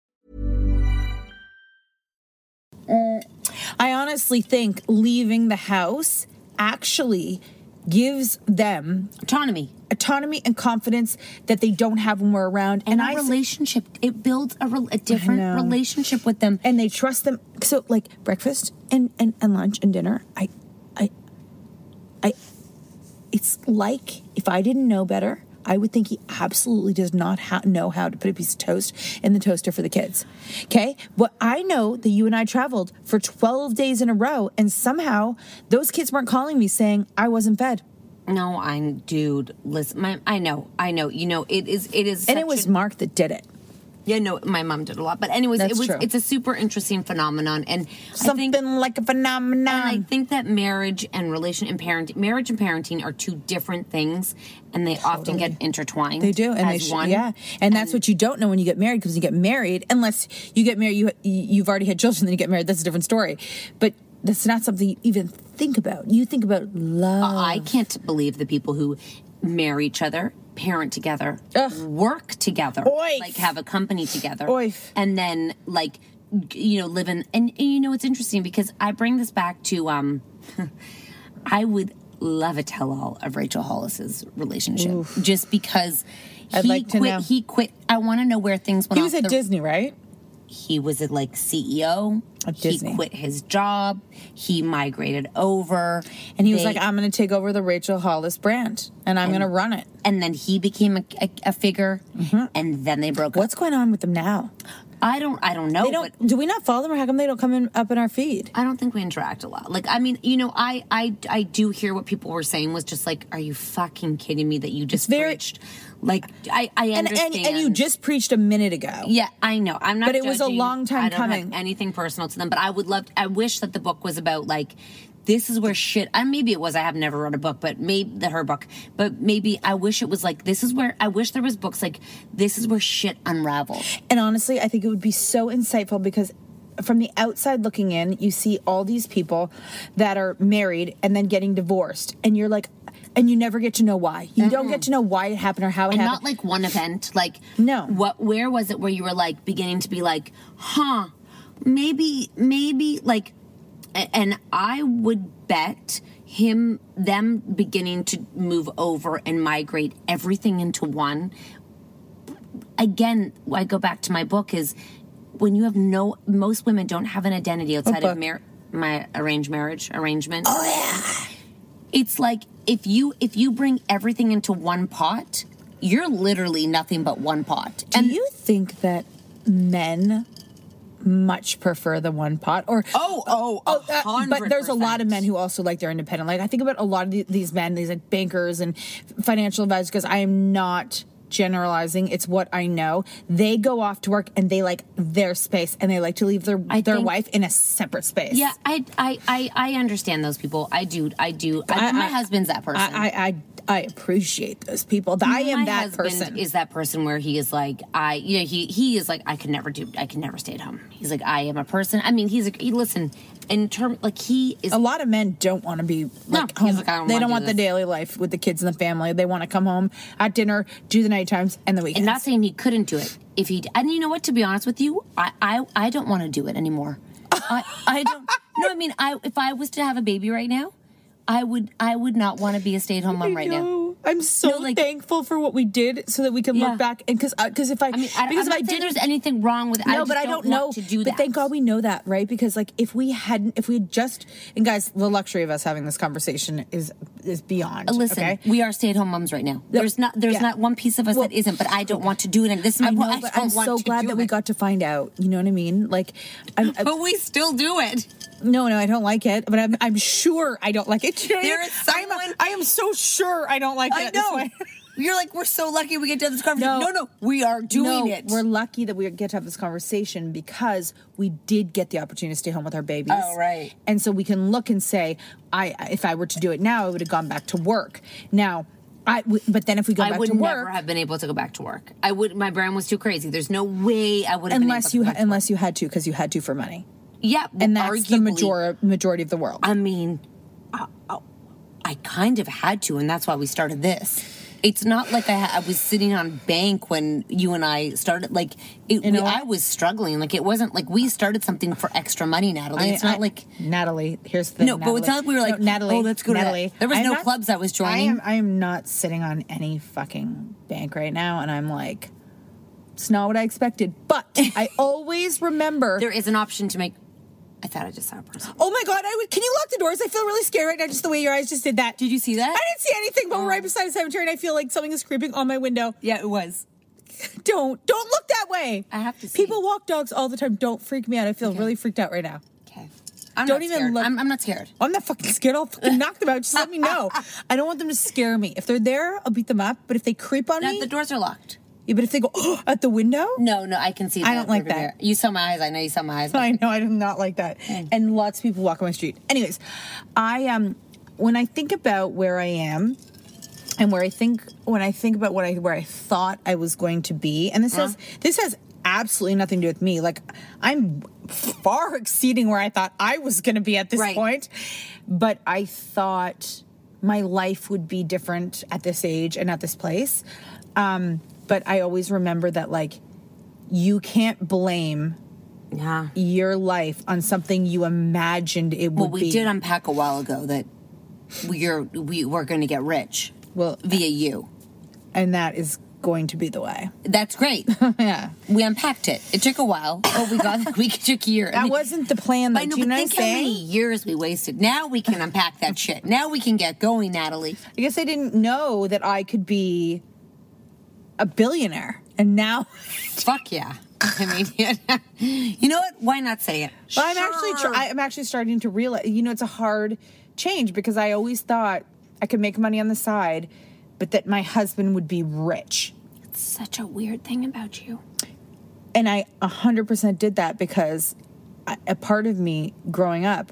[SPEAKER 2] I honestly think leaving the house actually gives them
[SPEAKER 1] autonomy,
[SPEAKER 2] autonomy and confidence that they don't have when we're around.
[SPEAKER 1] And,
[SPEAKER 2] I
[SPEAKER 1] a
[SPEAKER 2] s-
[SPEAKER 1] relationship. It builds a, rel- a different
[SPEAKER 2] know.
[SPEAKER 1] relationship with them.
[SPEAKER 2] and they trust them. So like breakfast and and, and lunch and dinner. I, I, I. It's like if I didn't know better. I would think he absolutely does not ha- know how to put a piece of toast in the toaster for the kids. Okay? But I know that you and I traveled for 12 days in a row, and somehow those kids weren't calling me saying I wasn't fed.
[SPEAKER 1] No, I'm dude. Listen, my, I know, I know. You know, it is, it is,
[SPEAKER 2] And
[SPEAKER 1] such
[SPEAKER 2] it was
[SPEAKER 1] a-
[SPEAKER 2] Mark that did it.
[SPEAKER 1] Yeah, no, my mom did a lot. But anyways,
[SPEAKER 2] That's
[SPEAKER 1] it was
[SPEAKER 2] true.
[SPEAKER 1] it's a super interesting phenomenon and
[SPEAKER 2] Something like a phenomenon.
[SPEAKER 1] And I think that marriage and relation and parenting marriage and parenting are two different things and they often get intertwined.
[SPEAKER 2] They do, and
[SPEAKER 1] as
[SPEAKER 2] they should,
[SPEAKER 1] one.
[SPEAKER 2] yeah. And that's what you don't know when you get married, because you get married, unless you get married, you you've already had children, then you get married. That's a different story. But that's not something you even think about. You think about love.
[SPEAKER 1] Oh, I can't believe the people who marry each other, parent together, work together, like have a company together, and then like g- you know live in. And, and you know it's interesting because I bring this back to um, I would love a tell-all of Rachel Hollis's relationship
[SPEAKER 2] Oof.
[SPEAKER 1] just because.
[SPEAKER 2] I'd
[SPEAKER 1] he
[SPEAKER 2] like to
[SPEAKER 1] quit.
[SPEAKER 2] know.
[SPEAKER 1] He quit. I want to know where things went.
[SPEAKER 2] He was
[SPEAKER 1] off
[SPEAKER 2] at
[SPEAKER 1] the-
[SPEAKER 2] Disney, right?
[SPEAKER 1] He was at like CEO.
[SPEAKER 2] Of
[SPEAKER 1] He
[SPEAKER 2] Disney.
[SPEAKER 1] quit his job. He migrated over,
[SPEAKER 2] And he was
[SPEAKER 1] They- Oh.
[SPEAKER 2] like, I'm going to take over the Rachel Hollis brand, and I'm going to run it.
[SPEAKER 1] and then he became a, a, a figure,
[SPEAKER 2] Mm-hmm.
[SPEAKER 1] and then they broke
[SPEAKER 2] What's
[SPEAKER 1] up.
[SPEAKER 2] going on with them now?
[SPEAKER 1] I don't, I don't know.
[SPEAKER 2] they don't. do we not follow them, or how come they don't come in, up in our feed?
[SPEAKER 1] I don't think we interact a lot. Like, I mean, you know, I, I, I do hear what people were saying was just like, are you fucking kidding me that you just
[SPEAKER 2] very-
[SPEAKER 1] preached? Like, I, I
[SPEAKER 2] And,
[SPEAKER 1] understand.
[SPEAKER 2] and and you just preached a minute ago.
[SPEAKER 1] Yeah, I know. I'm not.
[SPEAKER 2] But it was a
[SPEAKER 1] judging.
[SPEAKER 2] long time
[SPEAKER 1] I don't have
[SPEAKER 2] coming.
[SPEAKER 1] anything personal to them, but I would love. I wish that the book was about like. This is where shit. And maybe it was. I have never read a book, but maybe the her book. But maybe I wish it was like this is where. I wish there was books like this is where shit unraveled.
[SPEAKER 2] And honestly, I think it would be so insightful because from the outside looking in, you see all these people that are married and then getting divorced, and you're like, and you never get to know why. You don't get to know why it happened or how it
[SPEAKER 1] and
[SPEAKER 2] happened.
[SPEAKER 1] not like one event like
[SPEAKER 2] No.
[SPEAKER 1] what where was it where you were like beginning to be like huh maybe maybe like a- and i would bet him them beginning to move over and migrate everything into one again i go back to my book is when you have no most women don't have an identity outside of
[SPEAKER 2] book? Oh,
[SPEAKER 1] mar- my arranged marriage arrangement it's like if you if you bring everything into one pot you're literally nothing but one pot
[SPEAKER 2] Do you think that men much prefer the one pot or
[SPEAKER 1] Oh, oh, a
[SPEAKER 2] uh, but
[SPEAKER 1] hundred
[SPEAKER 2] there's a lot of
[SPEAKER 1] percent.
[SPEAKER 2] men who also like their independent like i think about a lot of the- these men these like bankers and financial advisors because i am not generalizing it's what i know they go off to work and they like their space and they like to leave their their
[SPEAKER 1] think-
[SPEAKER 2] wife in a separate space
[SPEAKER 1] yeah I, I i i understand those people i do i do I,
[SPEAKER 2] I-
[SPEAKER 1] my
[SPEAKER 2] I-
[SPEAKER 1] husband's that person
[SPEAKER 2] I, I i i appreciate those people i am
[SPEAKER 1] my
[SPEAKER 2] that
[SPEAKER 1] husband
[SPEAKER 2] person
[SPEAKER 1] Is that person where he is like, I, you know, he he is like, I could never do, I could never stay at home. He's like, I am a person. I mean, he's like, he, listen, in term, like he is.
[SPEAKER 2] a lot of men don't want to be
[SPEAKER 1] No,
[SPEAKER 2] like
[SPEAKER 1] he's
[SPEAKER 2] home.
[SPEAKER 1] like, I don't
[SPEAKER 2] they
[SPEAKER 1] wanna
[SPEAKER 2] don't
[SPEAKER 1] do
[SPEAKER 2] want the
[SPEAKER 1] this.
[SPEAKER 2] daily life with the kids and the family. They want to come home at dinner, do the night times and the
[SPEAKER 1] And
[SPEAKER 2] weekends.
[SPEAKER 1] not saying he couldn't do it if he. And you know what? To be honest with you, I I, I don't want to do it anymore. I I don't. No, I mean, I if I was to have a baby right now, I would I would not want to be a stay at home mom right now.
[SPEAKER 2] I'm so thankful for what we did so that we can
[SPEAKER 1] Yeah.
[SPEAKER 2] look back and because because if I,
[SPEAKER 1] mean, I- I'm
[SPEAKER 2] because if
[SPEAKER 1] not
[SPEAKER 2] I
[SPEAKER 1] saying
[SPEAKER 2] did
[SPEAKER 1] there's anything wrong with- I
[SPEAKER 2] no,
[SPEAKER 1] just
[SPEAKER 2] but I
[SPEAKER 1] don't
[SPEAKER 2] don't
[SPEAKER 1] want
[SPEAKER 2] know
[SPEAKER 1] to do
[SPEAKER 2] But
[SPEAKER 1] that.
[SPEAKER 2] thank God we know that, right? Because like if we hadn't, if we had just and guys, the luxury of us having this conversation is is beyond.
[SPEAKER 1] Uh, Listen,
[SPEAKER 2] okay?
[SPEAKER 1] we are stay-at-home moms right now.
[SPEAKER 2] No,
[SPEAKER 1] There's not there's
[SPEAKER 2] yeah.
[SPEAKER 1] not one piece of us that isn't. But I don't want to do it. And this is my
[SPEAKER 2] I know,
[SPEAKER 1] point.
[SPEAKER 2] but
[SPEAKER 1] don't
[SPEAKER 2] I'm
[SPEAKER 1] want
[SPEAKER 2] so
[SPEAKER 1] to
[SPEAKER 2] glad
[SPEAKER 1] do
[SPEAKER 2] that we
[SPEAKER 1] it.
[SPEAKER 2] got to find out. You know what I mean? Like, I'm, but
[SPEAKER 1] we still do it.
[SPEAKER 2] No, no, I don't like it. But I'm, I'm sure I don't like it. You know what I
[SPEAKER 1] There
[SPEAKER 2] mean?
[SPEAKER 1] is someone.
[SPEAKER 2] I'm, I am so sure I don't like
[SPEAKER 1] I
[SPEAKER 2] it.
[SPEAKER 1] know. You're like we're so lucky we get to have this conversation. No, no, we are doing
[SPEAKER 2] No,
[SPEAKER 1] it.
[SPEAKER 2] We're lucky that we get to have this conversation because we did get the opportunity to stay home with our babies.
[SPEAKER 1] Oh, right.
[SPEAKER 2] And so we can look and say, I if I were to do it now, I would have gone back to work. Now, I w- but then if we go
[SPEAKER 1] I
[SPEAKER 2] back
[SPEAKER 1] would
[SPEAKER 2] to work,
[SPEAKER 1] never have been able to go back to work. I would. My brain was too crazy. There's no way I would have.
[SPEAKER 2] unless you ha- unless you had to because you had to for money.
[SPEAKER 1] yeah,
[SPEAKER 2] and that's the
[SPEAKER 1] arguably-
[SPEAKER 2] majority majority of the world.
[SPEAKER 1] I mean, uh, oh, I, I, I kind of had to, and that's why we started this. It's not like I, ha- I was sitting on bank when you and I started. Like it, we, I was struggling. Like it wasn't like we started something for extra money, Natalie.
[SPEAKER 2] I-
[SPEAKER 1] it's not
[SPEAKER 2] I-
[SPEAKER 1] like
[SPEAKER 2] Natalie. Here's the thing,
[SPEAKER 1] no, but it's not like we were
[SPEAKER 2] Natalie.
[SPEAKER 1] like
[SPEAKER 2] No, Natalie.
[SPEAKER 1] Oh, let's go to that."
[SPEAKER 2] Natalie.
[SPEAKER 1] There was
[SPEAKER 2] I'm
[SPEAKER 1] no
[SPEAKER 2] not-
[SPEAKER 1] clubs I was
[SPEAKER 2] I
[SPEAKER 1] joining.
[SPEAKER 2] am I am not sitting on any fucking bank right now, and I'm like, it's not what I expected. But I always remember
[SPEAKER 1] there is an option to make. I thought I just saw a person.
[SPEAKER 2] Oh my god! I would. Can you lock the doors? I feel really scared right now, just the way your eyes just did that. Did
[SPEAKER 1] you see that? Oh.
[SPEAKER 2] I didn't see anything, but we're right beside a cemetery, and I feel like something is creeping on my window.
[SPEAKER 1] Yeah, it was.
[SPEAKER 2] Don't don't look that way.
[SPEAKER 1] I have to. See.
[SPEAKER 2] People walk dogs all the time. Don't freak me out. I feel really freaked out right now.
[SPEAKER 1] Okay. I'm
[SPEAKER 2] don't
[SPEAKER 1] not
[SPEAKER 2] even
[SPEAKER 1] scared.
[SPEAKER 2] look.
[SPEAKER 1] I'm, I'm not scared.
[SPEAKER 2] I'm not fucking scared. I'll fucking knock them out. Just let me know. I don't want them to scare me. If they're there, I'll beat them up. But if they creep on
[SPEAKER 1] Now,
[SPEAKER 2] me,
[SPEAKER 1] the doors are locked.
[SPEAKER 2] Yeah, but if they go at the window,
[SPEAKER 1] No, no, I can see. that
[SPEAKER 2] I don't like
[SPEAKER 1] they're
[SPEAKER 2] that.
[SPEAKER 1] there. You saw my eyes. I know you saw my eyes.
[SPEAKER 2] I know I do not like that. And lots of people walk on my street. Anyways, I um when I think about where I am and where I think when I think about what I where I thought I was going to be, and this has this has absolutely nothing to do with me. Like I'm far exceeding where I thought I was going to be at this point. But I thought my life would be different at this age and at this place. Um, but I always remember that like you can't blame
[SPEAKER 1] yeah.
[SPEAKER 2] your life on something you imagined it would
[SPEAKER 1] Well, we
[SPEAKER 2] be.
[SPEAKER 1] did unpack a while ago that we're we were going to get rich.
[SPEAKER 2] Well,
[SPEAKER 1] via you,
[SPEAKER 2] and that is going to be the way.
[SPEAKER 1] That's great.
[SPEAKER 2] yeah,
[SPEAKER 1] we unpacked it. It took a while, but we got we took a year.
[SPEAKER 2] That wasn't the plan.
[SPEAKER 1] I
[SPEAKER 2] though.
[SPEAKER 1] know,
[SPEAKER 2] Do you
[SPEAKER 1] but
[SPEAKER 2] know what
[SPEAKER 1] think
[SPEAKER 2] I'm
[SPEAKER 1] how many
[SPEAKER 2] saying?
[SPEAKER 1] years we wasted. Now we can unpack that shit. Now we can get going, Natalie.
[SPEAKER 2] I guess I didn't know that I could be a billionaire, and now
[SPEAKER 1] Fuck yeah. I mean, you know what? Why not say it?
[SPEAKER 2] Well, I'm actually
[SPEAKER 1] Sure.
[SPEAKER 2] tr- I- I'm actually starting to realize. You know, it's a hard change because I always thought I could make money on the side, but that my husband would be rich.
[SPEAKER 1] It's such a weird thing about you.
[SPEAKER 2] and I 100% did that because I- a part of me growing up.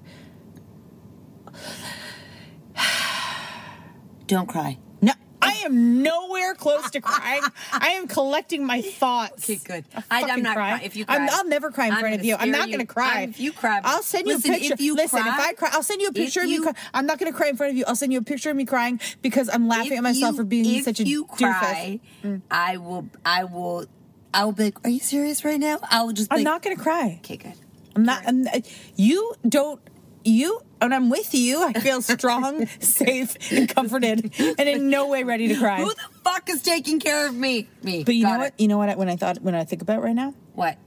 [SPEAKER 1] Don't cry.
[SPEAKER 2] No, I am nowhere close to crying. I am collecting my thoughts. Okay,
[SPEAKER 1] good.
[SPEAKER 2] I,
[SPEAKER 1] I'm not cry- if you cry,
[SPEAKER 2] I'm, I'll never cry in
[SPEAKER 1] I'm
[SPEAKER 2] front of
[SPEAKER 1] gonna
[SPEAKER 2] you. I'm
[SPEAKER 1] scare
[SPEAKER 2] not
[SPEAKER 1] you.
[SPEAKER 2] going to cry.
[SPEAKER 1] I'm- if you cry-
[SPEAKER 2] I'll send
[SPEAKER 1] Listen,
[SPEAKER 2] you a picture.
[SPEAKER 1] if you
[SPEAKER 2] Listen,
[SPEAKER 1] cry-
[SPEAKER 2] if I cry, I'll send you a
[SPEAKER 1] if
[SPEAKER 2] picture of me.
[SPEAKER 1] you-
[SPEAKER 2] Cry- I'm not going to cry in front of you. I'll send you a picture of me crying because I'm laughing at myself
[SPEAKER 1] you-
[SPEAKER 2] for being
[SPEAKER 1] if
[SPEAKER 2] such a
[SPEAKER 1] you
[SPEAKER 2] doofus.
[SPEAKER 1] cry,
[SPEAKER 2] Mm.
[SPEAKER 1] I will. I will. I will be like, "Are you serious right now?" I will just. Be
[SPEAKER 2] I'm
[SPEAKER 1] like,
[SPEAKER 2] not going to cry.
[SPEAKER 1] Okay, good.
[SPEAKER 2] I'm not. I'm, I- you don't. You and I'm with you. I feel strong, safe, and comforted, and in no way ready to cry.
[SPEAKER 1] Who the fuck is taking care of me? Me.
[SPEAKER 2] But you
[SPEAKER 1] Got
[SPEAKER 2] know what? You know what? I, when I thought, when I think about it right now,
[SPEAKER 1] it. What?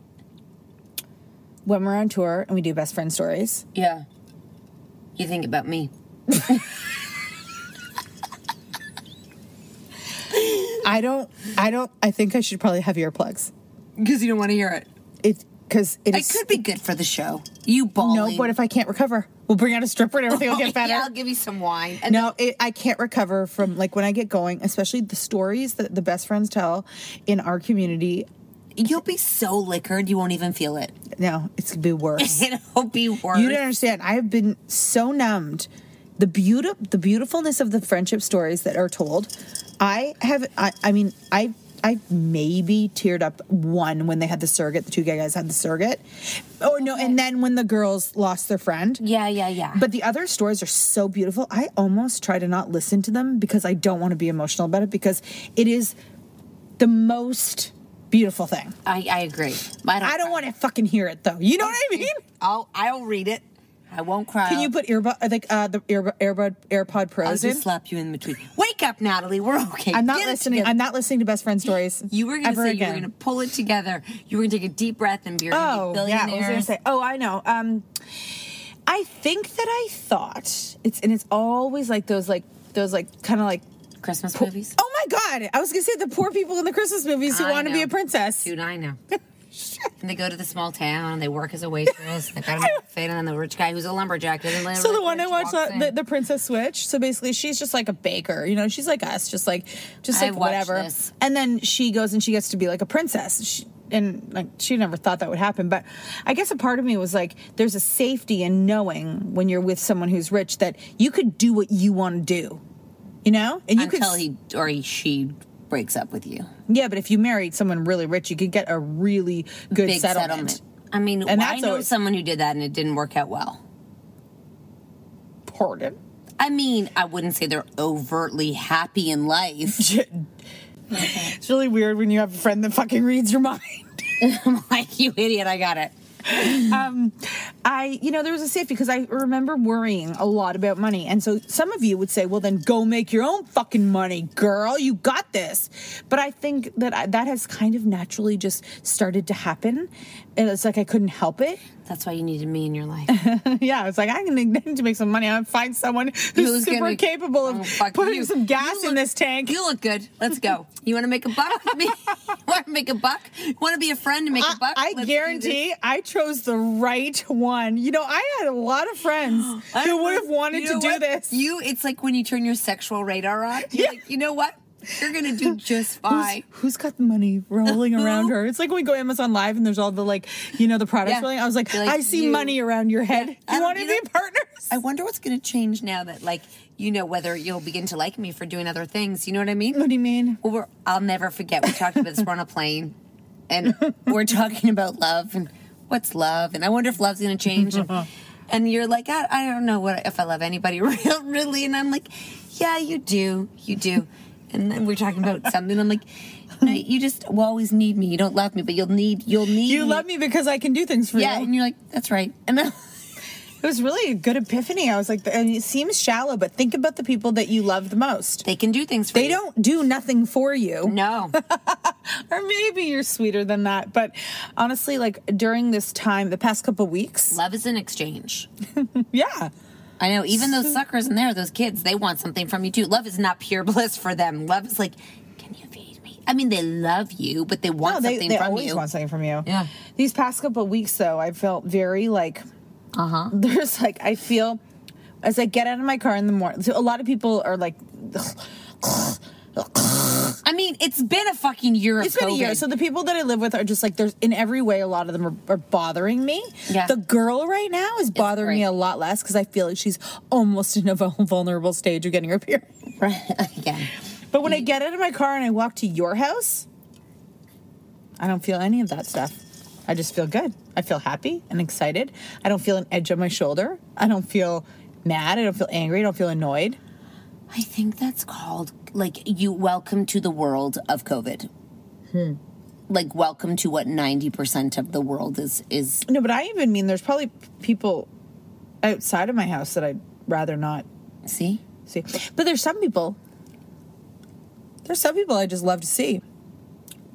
[SPEAKER 2] when we're on tour and we do best friend stories,
[SPEAKER 1] Yeah. You think about me.
[SPEAKER 2] I don't. I don't. I think I should probably have earplugs.
[SPEAKER 1] Because you don't want to hear it.
[SPEAKER 2] It because it
[SPEAKER 1] It
[SPEAKER 2] is.
[SPEAKER 1] could be good for the show. You bawling. Oh,
[SPEAKER 2] no, but if I can't recover, we'll bring out a stripper and everything will get better.
[SPEAKER 1] Yeah, I'll give you some wine.
[SPEAKER 2] no, it, I can't recover from like when I get going, especially the stories that the best friends tell in our community.
[SPEAKER 1] You'll be so liquored, you won't even feel it.
[SPEAKER 2] No, it's gonna be worse.
[SPEAKER 1] It'll be worse.
[SPEAKER 2] You don't understand. I have been so numbed. The beauty, the beautifulness of the friendship stories that are told. I have. I, I mean, I. I maybe teared up one when they had the surrogate. The two gay guys had the surrogate. Oh no! And then when the girls lost their friend.
[SPEAKER 1] Yeah, yeah, yeah.
[SPEAKER 2] But the other stories are so beautiful. I almost try to not listen to them because I don't want to be emotional about it because it is the most beautiful thing.
[SPEAKER 1] I, I agree. I don't,
[SPEAKER 2] I don't want to fucking hear it though. You know what I mean?
[SPEAKER 1] I'll I'll read it. I won't cry.
[SPEAKER 2] uh, Can you put earbud like uh, the earbud, earbud AirPod Pros
[SPEAKER 1] I'll
[SPEAKER 2] in?
[SPEAKER 1] just slap you in between. Wake Wake up, Natalie. We're okay.
[SPEAKER 2] I'm not
[SPEAKER 1] Get it
[SPEAKER 2] listening.
[SPEAKER 1] together.
[SPEAKER 2] I'm not listening to best friend stories.
[SPEAKER 1] You were going to
[SPEAKER 2] ever
[SPEAKER 1] say you
[SPEAKER 2] again.
[SPEAKER 1] were going to pull it together. You were going to take a deep breath and be, oh,
[SPEAKER 2] oh, yeah, I was gonna
[SPEAKER 1] billionaires.
[SPEAKER 2] say. Oh, I know. Um, I think that I thought it's and it's always like those like those like kind of like
[SPEAKER 1] Christmas movies.
[SPEAKER 2] Oh my god! I was gonna say the poor people in the Christmas movies who
[SPEAKER 1] I
[SPEAKER 2] want to be
[SPEAKER 1] know.
[SPEAKER 2] a princess.
[SPEAKER 1] Dude, I know. and they go to the small town and they work as a waitress. and they got an outfit and then the rich guy who's a lumberjack. And then
[SPEAKER 2] So
[SPEAKER 1] the
[SPEAKER 2] the one I
[SPEAKER 1] rich
[SPEAKER 2] watched,
[SPEAKER 1] walks
[SPEAKER 2] uh,
[SPEAKER 1] in.
[SPEAKER 2] the, the Princess Switch. So basically, she's just like a baker. You know, she's like us, just like, just
[SPEAKER 1] I
[SPEAKER 2] like
[SPEAKER 1] watched
[SPEAKER 2] whatever.
[SPEAKER 1] this.
[SPEAKER 2] And then she goes and she gets to be like a princess. She, and like she never thought that would happen, but I guess a part of me was like, there's a safety in knowing when you're with someone who's rich that you could do what you want to do, you know, and you
[SPEAKER 1] until
[SPEAKER 2] could.
[SPEAKER 1] he or he, she breaks up with you.
[SPEAKER 2] Yeah, but if you married someone really rich, you could get a really good
[SPEAKER 1] Big
[SPEAKER 2] settlement.
[SPEAKER 1] settlement. I mean,
[SPEAKER 2] And
[SPEAKER 1] I
[SPEAKER 2] that's
[SPEAKER 1] know
[SPEAKER 2] always-
[SPEAKER 1] someone who did that and it didn't work out well.
[SPEAKER 2] Pardon?
[SPEAKER 1] I mean, I wouldn't say they're overtly happy in life.
[SPEAKER 2] It's really weird when you have a friend that fucking reads your mind.
[SPEAKER 1] I'm like, you idiot, I got it.
[SPEAKER 2] um, I, you know, there was a safety because I remember worrying a lot about money. And so some of you would say, well, then go make your own fucking money, girl. You got this. But I think that I, that has kind of naturally just started to happen. And it's like I couldn't help it.
[SPEAKER 1] That's why you needed me in your life.
[SPEAKER 2] yeah, it's like I need to make some money. I'll find someone who's,
[SPEAKER 1] Who's
[SPEAKER 2] super
[SPEAKER 1] gonna-
[SPEAKER 2] capable of
[SPEAKER 1] Oh, fuck
[SPEAKER 2] putting
[SPEAKER 1] you.
[SPEAKER 2] some gas in this tank.
[SPEAKER 1] You look good. Let's go. You want to make a buck with me? want to make a buck? Want to be a friend and make a buck?
[SPEAKER 2] I
[SPEAKER 1] Let's do
[SPEAKER 2] guarantee I chose the right one. You know, I had a lot of friends
[SPEAKER 1] I
[SPEAKER 2] who
[SPEAKER 1] don't
[SPEAKER 2] would have
[SPEAKER 1] know.
[SPEAKER 2] wanted
[SPEAKER 1] You
[SPEAKER 2] to
[SPEAKER 1] know
[SPEAKER 2] do
[SPEAKER 1] what?
[SPEAKER 2] this.
[SPEAKER 1] You, it's like when you turn your sexual radar on. You're like, you know what? You're gonna do just fine.
[SPEAKER 2] who's got the money rolling around her? It's like when we go Amazon Live and there's all the like, you know, the products
[SPEAKER 1] Yeah.
[SPEAKER 2] rolling. I was like,
[SPEAKER 1] You're like,
[SPEAKER 2] I see
[SPEAKER 1] you-
[SPEAKER 2] money around your head.
[SPEAKER 1] I
[SPEAKER 2] you
[SPEAKER 1] don't-
[SPEAKER 2] want to
[SPEAKER 1] you
[SPEAKER 2] be
[SPEAKER 1] know-
[SPEAKER 2] partners?
[SPEAKER 1] I wonder what's gonna change now that, like, you know, whether you'll begin to like me for doing other things. You know what I mean? What
[SPEAKER 2] do you mean?
[SPEAKER 1] Well, we're, I'll never forget. We talked about this. We're on a plane, and we're talking about love and what's love, and I wonder if love's gonna change. And, and you're like, I, I don't know what if I love anybody real, really. And I'm like, yeah, you do, you do. And then we're talking about something. I'm like, no, you just will always need me. You don't love me, but you'll need, you'll need.
[SPEAKER 2] You love me because I can do things for
[SPEAKER 1] Yeah,
[SPEAKER 2] you.
[SPEAKER 1] and you're like, that's right. And I,
[SPEAKER 2] It was really a good epiphany. I was like, and it seems shallow, but think about the people that you love the most.
[SPEAKER 1] They can do things for
[SPEAKER 2] they
[SPEAKER 1] you.
[SPEAKER 2] don't do nothing for you.
[SPEAKER 1] No.
[SPEAKER 2] or maybe you're sweeter than that. But honestly, like during this time, the past couple weeks,
[SPEAKER 1] love is an exchange.
[SPEAKER 2] yeah.
[SPEAKER 1] I know, even those suckers in there, those kids, they want something from you too. Love is not pure bliss for them. Love is like, can you feed me? I mean, they love you, but they want
[SPEAKER 2] no, they,
[SPEAKER 1] something
[SPEAKER 2] they
[SPEAKER 1] from
[SPEAKER 2] always
[SPEAKER 1] you.
[SPEAKER 2] want something from you.
[SPEAKER 1] Yeah.
[SPEAKER 2] These past couple of weeks, though, I felt very like
[SPEAKER 1] Uh huh.
[SPEAKER 2] there's like I feel as I get out of my car in the morning. So a lot of people are like,
[SPEAKER 1] I mean, it's been a fucking year of
[SPEAKER 2] it's been a year.
[SPEAKER 1] COVID.
[SPEAKER 2] So the people that I live with are just like there's in every way. A lot of them are, are bothering me.
[SPEAKER 1] Yeah.
[SPEAKER 2] The girl right now is bothering me a lot less because I feel like she's almost in a vul- vulnerable stage of getting her period.
[SPEAKER 1] Right. Again.
[SPEAKER 2] But when I get out of my car and I walk to your house, I don't feel any of that stuff. I just feel good. I feel happy and excited. I don't feel an edge on my shoulder. I don't feel mad. I don't feel angry. I don't feel annoyed.
[SPEAKER 1] I think that's called like you welcome to the world of COVID.
[SPEAKER 2] Hmm.
[SPEAKER 1] Like welcome to what ninety percent of the world is is
[SPEAKER 2] No, but I even mean there's probably people outside of my house that I'd rather not
[SPEAKER 1] see.
[SPEAKER 2] See, but there's some people. There's some people I just love to see.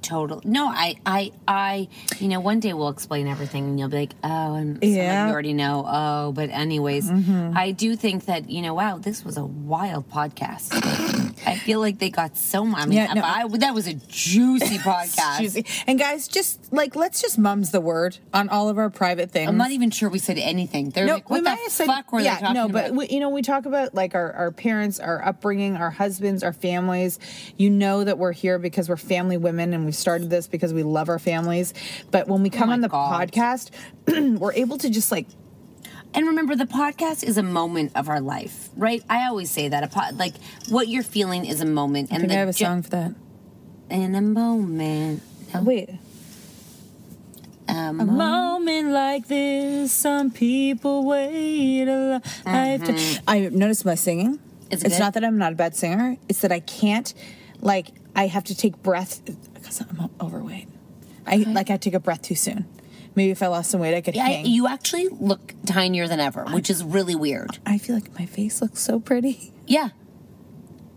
[SPEAKER 1] Total. No, I, I, I. You know, one day we'll explain everything, and you'll be like, "Oh, and some of
[SPEAKER 2] Yeah. Mm-hmm.
[SPEAKER 1] you already know." Oh, but anyways, I do think that you know, wow, this was a wild podcast. I feel like they got so much. I mean,
[SPEAKER 2] Yeah, no.
[SPEAKER 1] I, that was a juicy podcast.
[SPEAKER 2] Juicy. And guys, just like let's just mum's the word on all of our private things.
[SPEAKER 1] I'm not even sure we said anything. They're like, "What the fuck were they talking
[SPEAKER 2] no, but
[SPEAKER 1] about?"
[SPEAKER 2] we, you know, we talk about like our, our parents, our upbringing, our husbands, our families. You know that we're here because we're family women and we started this because we love our families. But
[SPEAKER 1] Oh
[SPEAKER 2] when we come on the podcast, we're able to just like
[SPEAKER 1] And remember, the podcast is a moment of our life, right? I always say that. A pod, like what you're feeling is a moment.
[SPEAKER 2] I think
[SPEAKER 1] the
[SPEAKER 2] I have a
[SPEAKER 1] ju-
[SPEAKER 2] song for that.
[SPEAKER 1] In a moment.
[SPEAKER 2] Wait.
[SPEAKER 1] A
[SPEAKER 2] A moment like this, some people wait a lifetime. Mm-hmm. I noticed my singing.
[SPEAKER 1] Is it
[SPEAKER 2] it's
[SPEAKER 1] good?
[SPEAKER 2] not that I'm not a bad singer. It's that I can't, like, I have to take breath because I'm overweight. I like I take a breath too soon. Maybe if I lost some weight, I could
[SPEAKER 1] Yeah,
[SPEAKER 2] hang.
[SPEAKER 1] you actually look tinier than ever, which is really weird.
[SPEAKER 2] I feel like my face looks so pretty.
[SPEAKER 1] Yeah.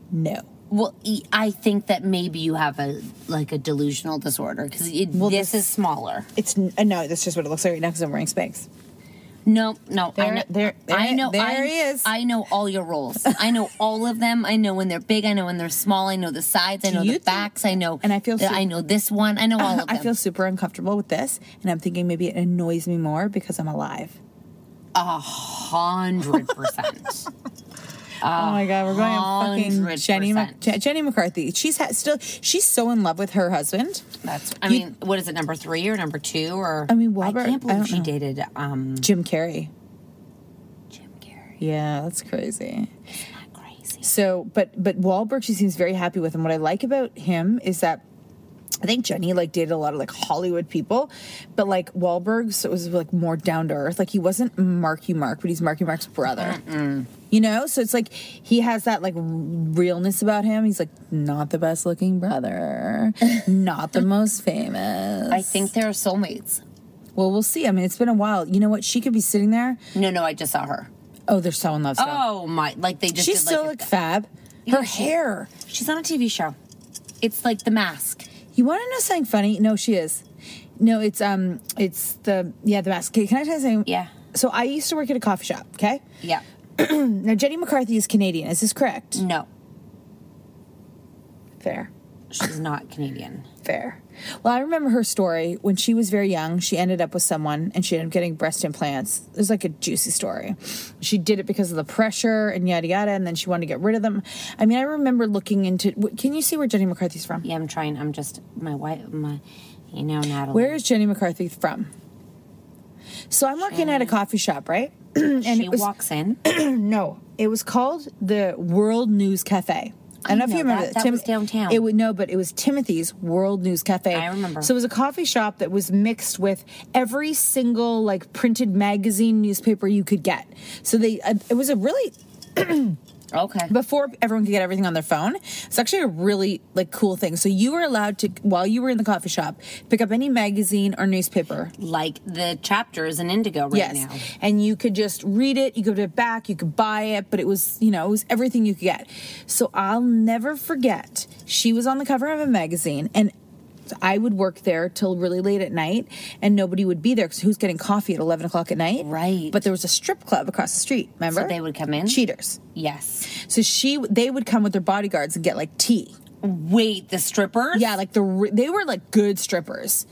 [SPEAKER 2] No,
[SPEAKER 1] Well, e- I think that maybe you have a like a delusional disorder because
[SPEAKER 2] Well,
[SPEAKER 1] this, is smaller.
[SPEAKER 2] It's n- uh, no, that's just what it looks like right now because I'm wearing Spanx.
[SPEAKER 1] No, no, I
[SPEAKER 2] There-
[SPEAKER 1] know.
[SPEAKER 2] there- there-
[SPEAKER 1] I know.
[SPEAKER 2] there
[SPEAKER 1] I,
[SPEAKER 2] he is.
[SPEAKER 1] I know all your roles. I know all of them. I know when they're big. I know when they're small. I know the sides. I
[SPEAKER 2] Do
[SPEAKER 1] know
[SPEAKER 2] you
[SPEAKER 1] the
[SPEAKER 2] think-
[SPEAKER 1] backs. I know.
[SPEAKER 2] And I feel
[SPEAKER 1] that
[SPEAKER 2] su-
[SPEAKER 1] I know this one. I know all of them.
[SPEAKER 2] I feel super uncomfortable with this, and I'm thinking maybe it annoys me more because I'm alive.
[SPEAKER 1] a hundred percent.
[SPEAKER 2] oh my god, we're going on fucking Jenny Mac- Je- Jenny McCarthy. She's ha- still she's so in love with her husband.
[SPEAKER 1] That's I mean, what is it? Number three or number two or?
[SPEAKER 2] I mean, Robert.
[SPEAKER 1] can't believe she
[SPEAKER 2] dated um, Jim Carrey. Jim Carrey. Yeah, that's crazy. crazy. So, but but Wahlberg, she seems very happy with him. What I like about him is that. I think Jenny like dated a lot of like Hollywood people, but like Wahlberg so it was like more down to earth. Like he wasn't Marky Mark, but he's Marky Mark's brother. You know, so it's like he has that like r- realness about him. He's like not the best looking brother, not the most famous.
[SPEAKER 1] I think they're soulmates.
[SPEAKER 2] Well, we'll see. I mean, it's been a while. You know what? She could be sitting there.
[SPEAKER 1] No, no, I just saw her.
[SPEAKER 2] Oh, they're so in love. Still.
[SPEAKER 1] Oh my! Like they just
[SPEAKER 2] She
[SPEAKER 1] did,
[SPEAKER 2] still
[SPEAKER 1] like,
[SPEAKER 2] looked fab. Her hair.
[SPEAKER 1] She's on a TV show. It's like The Mask.
[SPEAKER 2] You want to know something funny? No, she is. No, it's um, it's the yeah, the mask. Okay, Can I tell you something? Yeah. So I used to work at a coffee shop. Okay.
[SPEAKER 1] Yeah.
[SPEAKER 2] now Jenny McCarthy is Canadian. Is this correct?
[SPEAKER 1] No.
[SPEAKER 2] Fair.
[SPEAKER 1] She's not Canadian.
[SPEAKER 2] Fair. Well, I remember her story when she was very young. She ended up with someone and she ended up getting breast implants. It was like a juicy story. She did it because of the pressure and yada yada, and then she wanted to get rid of them. I mean, I remember looking into. wh- Can you see where Jenny McCarthy's from?
[SPEAKER 1] Yeah, I'm trying. I'm just my wife. My, you know, Natalie.
[SPEAKER 2] Where is Jenny McCarthy from? So I'm working at a coffee shop, right? and
[SPEAKER 1] She walks in.
[SPEAKER 2] no, it was called the World News Cafe. I don't know, if you
[SPEAKER 1] know
[SPEAKER 2] remember
[SPEAKER 1] that. That was downtown.
[SPEAKER 2] It would no, but it was Timothy's World News Cafe. I remember. So it was a coffee shop that was mixed with every single like printed magazine newspaper you could get. So they uh, it was a really
[SPEAKER 1] Okay.
[SPEAKER 2] Before everyone could get everything on their phone, it's actually a really like cool thing. So you were allowed to, while you were in the coffee shop, pick up any magazine or newspaper.
[SPEAKER 1] Like the chapter is an indigo right now.
[SPEAKER 2] And you could just read it, you could put it back, you could buy it, but it was, you know, it was everything you could get. So I'll never forget, she was on the cover of a magazine and I would work there till really late at night and nobody would be there because who's getting coffee at 11 o'clock at night? Right. But there was a strip club across the street, remember?
[SPEAKER 1] So they would come in?
[SPEAKER 2] Cheaters.
[SPEAKER 1] Yes.
[SPEAKER 2] So she, they would come with their bodyguards and get like tea.
[SPEAKER 1] Wait, the strippers?
[SPEAKER 2] Yeah, like the re- they were like good strippers.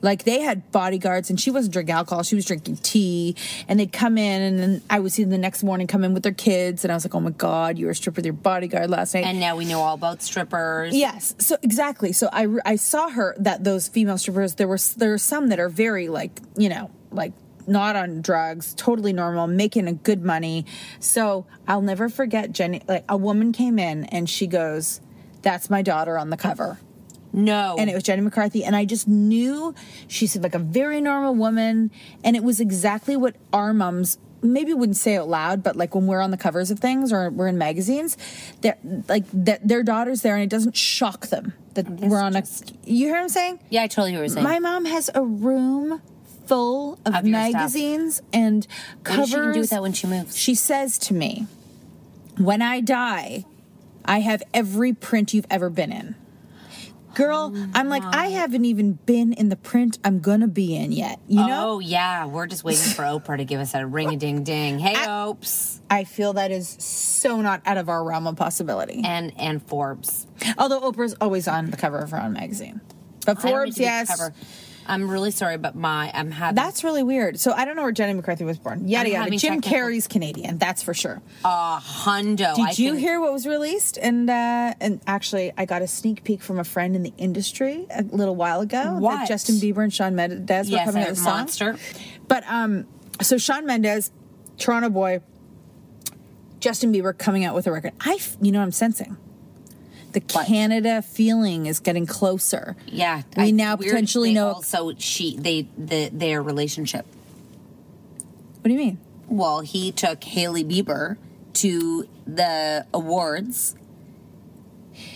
[SPEAKER 2] Like they had bodyguards, and she wasn't drinking alcohol. She was drinking tea, and they'd come in, and then I would see them the next morning come in with their kids, and I was like, "Oh my god, you were a stripper with your bodyguard last night."
[SPEAKER 1] And now we know all about strippers.
[SPEAKER 2] Yes, so exactly. So I, re- I saw her that those female strippers there were s- there are some that are very like you know like not on drugs, totally normal, making a good money. So I'll never forget Jenny. Like a woman came in and she goes, "That's my daughter on the cover."
[SPEAKER 1] No,
[SPEAKER 2] and it was Jenny McCarthy, and I just knew she seemed like a very normal woman, and it was exactly what our moms maybe wouldn't say out loud but like when we're on the covers of things or we're in magazines that like that their daughter's there and it doesn't shock them that we're on a you hear what i'm saying
[SPEAKER 1] Yeah, I totally hear what you're saying.
[SPEAKER 2] my mom has a room full of,
[SPEAKER 1] Of your stuff.
[SPEAKER 2] magazines and
[SPEAKER 1] What is
[SPEAKER 2] covers
[SPEAKER 1] she gonna do with that when she moves?
[SPEAKER 2] she says to me when i die i have every print you've ever been in girl
[SPEAKER 1] Oh
[SPEAKER 2] i'm like i haven't even been in the print i'm gonna be in yet you know
[SPEAKER 1] Oh yeah, we're just waiting for Oprah to give us a ring a ding ding. Hey, Opes.
[SPEAKER 2] I feel that is so not out of our realm of possibility.
[SPEAKER 1] And and Forbes.
[SPEAKER 2] Although Oprah's always on the cover of her own magazine. But
[SPEAKER 1] I don't mean
[SPEAKER 2] Forbes,
[SPEAKER 1] to be
[SPEAKER 2] yes.
[SPEAKER 1] clever. I'm really sorry, but my I'm having
[SPEAKER 2] That's really weird. So I don't know where Jenny McCarthy was born. Yada
[SPEAKER 1] I'm
[SPEAKER 2] yada.
[SPEAKER 1] having
[SPEAKER 2] Jim
[SPEAKER 1] technical-
[SPEAKER 2] Carrey's Canadian, that's for sure.
[SPEAKER 1] a hundo.
[SPEAKER 2] Did
[SPEAKER 1] Oh, I
[SPEAKER 2] you
[SPEAKER 1] can-
[SPEAKER 2] hear what was released? And uh, and actually, I got a sneak peek from a friend in the industry a little while ago
[SPEAKER 1] What?
[SPEAKER 2] that Justin Bieber and Sean Mendes were
[SPEAKER 1] Yes,
[SPEAKER 2] coming
[SPEAKER 1] I
[SPEAKER 2] out
[SPEAKER 1] heard
[SPEAKER 2] with a song.
[SPEAKER 1] Monster.
[SPEAKER 2] But um, so Sean Mendes, Toronto boy, Justin Bieber coming out with a record. I, f- you know, what I'm sensing the Canada feeling is getting closer.
[SPEAKER 1] Yeah,
[SPEAKER 2] we
[SPEAKER 1] I-
[SPEAKER 2] now
[SPEAKER 1] weird
[SPEAKER 2] potentially
[SPEAKER 1] they
[SPEAKER 2] know.
[SPEAKER 1] Also, she they the their relationship.
[SPEAKER 2] What do you mean?
[SPEAKER 1] Well, he took Haley Bieber to the awards,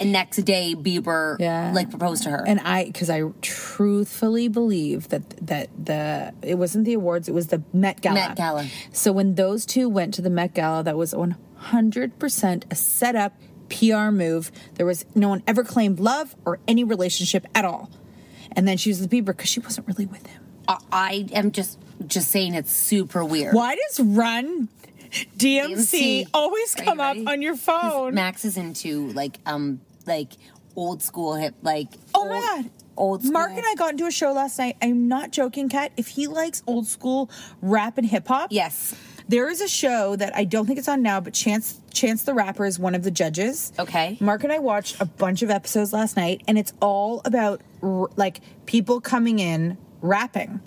[SPEAKER 1] and next day Bieber like proposed to her.
[SPEAKER 2] And I, because I truthfully believe that that the it wasn't the awards, it was the Met Gala.
[SPEAKER 1] Met Gala.
[SPEAKER 2] So when those two went to the Met Gala, that was one hundred percent a setup PR move. There was no one ever claimed love or any relationship at all. And then she was the Bieber because she wasn't really with him.
[SPEAKER 1] I, I am just just saying it's super weird.
[SPEAKER 2] Why does Run DMC, always come up on your phone?
[SPEAKER 1] Max is into like um like old school hip like
[SPEAKER 2] Oh my god.
[SPEAKER 1] Old school.
[SPEAKER 2] Mark and I got into a show last night. I'm not joking, Kat. If he likes old school rap and hip hop,
[SPEAKER 1] yes.
[SPEAKER 2] There is a show that I don't think it's on now, but Chance Chance the Rapper is one of the judges.
[SPEAKER 1] Okay.
[SPEAKER 2] Mark and I watched a bunch of episodes last night, and it's all about r- like people coming in rapping,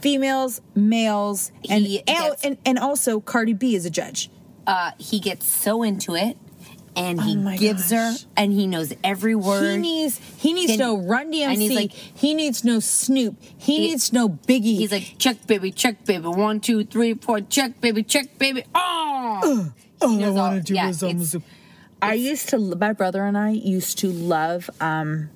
[SPEAKER 2] females, males, and
[SPEAKER 1] He
[SPEAKER 2] al-
[SPEAKER 1] gets-
[SPEAKER 2] and and also Cardi B is a judge.
[SPEAKER 1] uh, he gets so into it and he
[SPEAKER 2] Oh my
[SPEAKER 1] gives her and he knows every word
[SPEAKER 2] He needs he needs
[SPEAKER 1] Then-
[SPEAKER 2] no Run DMC.
[SPEAKER 1] and he's like
[SPEAKER 2] he needs no Snoop. He needs no Biggie.
[SPEAKER 1] he's like check baby check baby one two three four check baby check baby oh
[SPEAKER 2] all I want to do
[SPEAKER 1] yeah,
[SPEAKER 2] is um, zoom. I used to. My brother and I used to love. um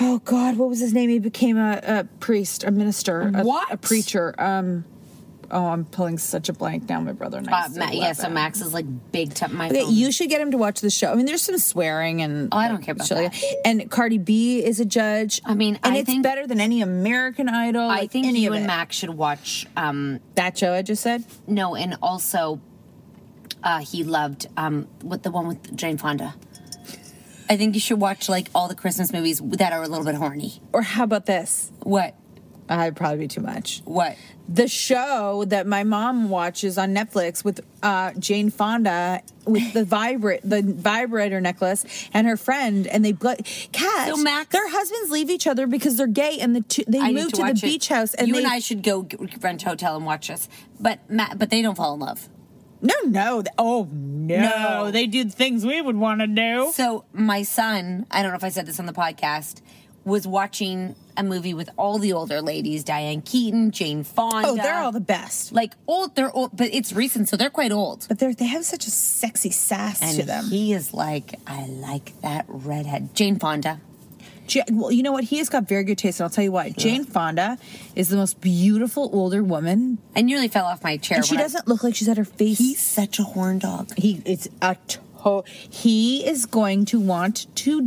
[SPEAKER 2] Oh God, what was his name? He became a, a priest, a minister, a,
[SPEAKER 1] What?
[SPEAKER 2] a preacher. Um, oh, I'm pulling such a blank now. My brother and
[SPEAKER 1] uh,
[SPEAKER 2] I. used to
[SPEAKER 1] Ma-
[SPEAKER 2] love
[SPEAKER 1] yeah so
[SPEAKER 2] him.
[SPEAKER 1] max is like big time my
[SPEAKER 2] Okay,
[SPEAKER 1] phone.
[SPEAKER 2] you should get him to watch the show. I mean, there's some swearing and oh, I don't care about that. And Cardi B is a judge. I mean, and
[SPEAKER 1] I
[SPEAKER 2] it's
[SPEAKER 1] think-
[SPEAKER 2] better than any American Idol.
[SPEAKER 1] i
[SPEAKER 2] like
[SPEAKER 1] think
[SPEAKER 2] any
[SPEAKER 1] you
[SPEAKER 2] of
[SPEAKER 1] and
[SPEAKER 2] it.
[SPEAKER 1] max should watch um
[SPEAKER 2] that show i just said
[SPEAKER 1] no and also uh he loved um what the one with jane fonda i think you should watch like all the christmas movies that are a little bit horny
[SPEAKER 2] Or how about this?
[SPEAKER 1] What?
[SPEAKER 2] I'd probably be too much.
[SPEAKER 1] What?
[SPEAKER 2] The show that my mom watches on Netflix with uh, Jane Fonda with the vibrate the vibrator necklace and her friend and they got cat.
[SPEAKER 1] So, Max-
[SPEAKER 2] their husbands leave each other because they're gay and the two, they
[SPEAKER 1] I need
[SPEAKER 2] move to, the
[SPEAKER 1] watch it.
[SPEAKER 2] beach house and
[SPEAKER 1] you
[SPEAKER 2] they
[SPEAKER 1] and I should go g- rent a hotel and watch this. But Matt, but they don't fall in love.
[SPEAKER 2] No, no. Th- oh no. they do things we would want to do.
[SPEAKER 1] So my son, I don't know if I said this on the podcast, was watching a movie with all the older ladies: Diane Keaton, Jane Fonda.
[SPEAKER 2] Oh, they're all the best.
[SPEAKER 1] Like old, they're old, but it's recent, so they're quite old.
[SPEAKER 2] But they they have such a sexy sass
[SPEAKER 1] and
[SPEAKER 2] to them.
[SPEAKER 1] He is like, I like that redhead, Jane Fonda.
[SPEAKER 2] Ja- well, you know what? He has got very good taste, and I'll tell you why. Jane Fonda is the most beautiful older woman.
[SPEAKER 1] I nearly fell off my chair.
[SPEAKER 2] And she
[SPEAKER 1] when I-
[SPEAKER 2] doesn't look like she's at her face. He's
[SPEAKER 1] such a horn dog.
[SPEAKER 2] He is a to- he is going to want to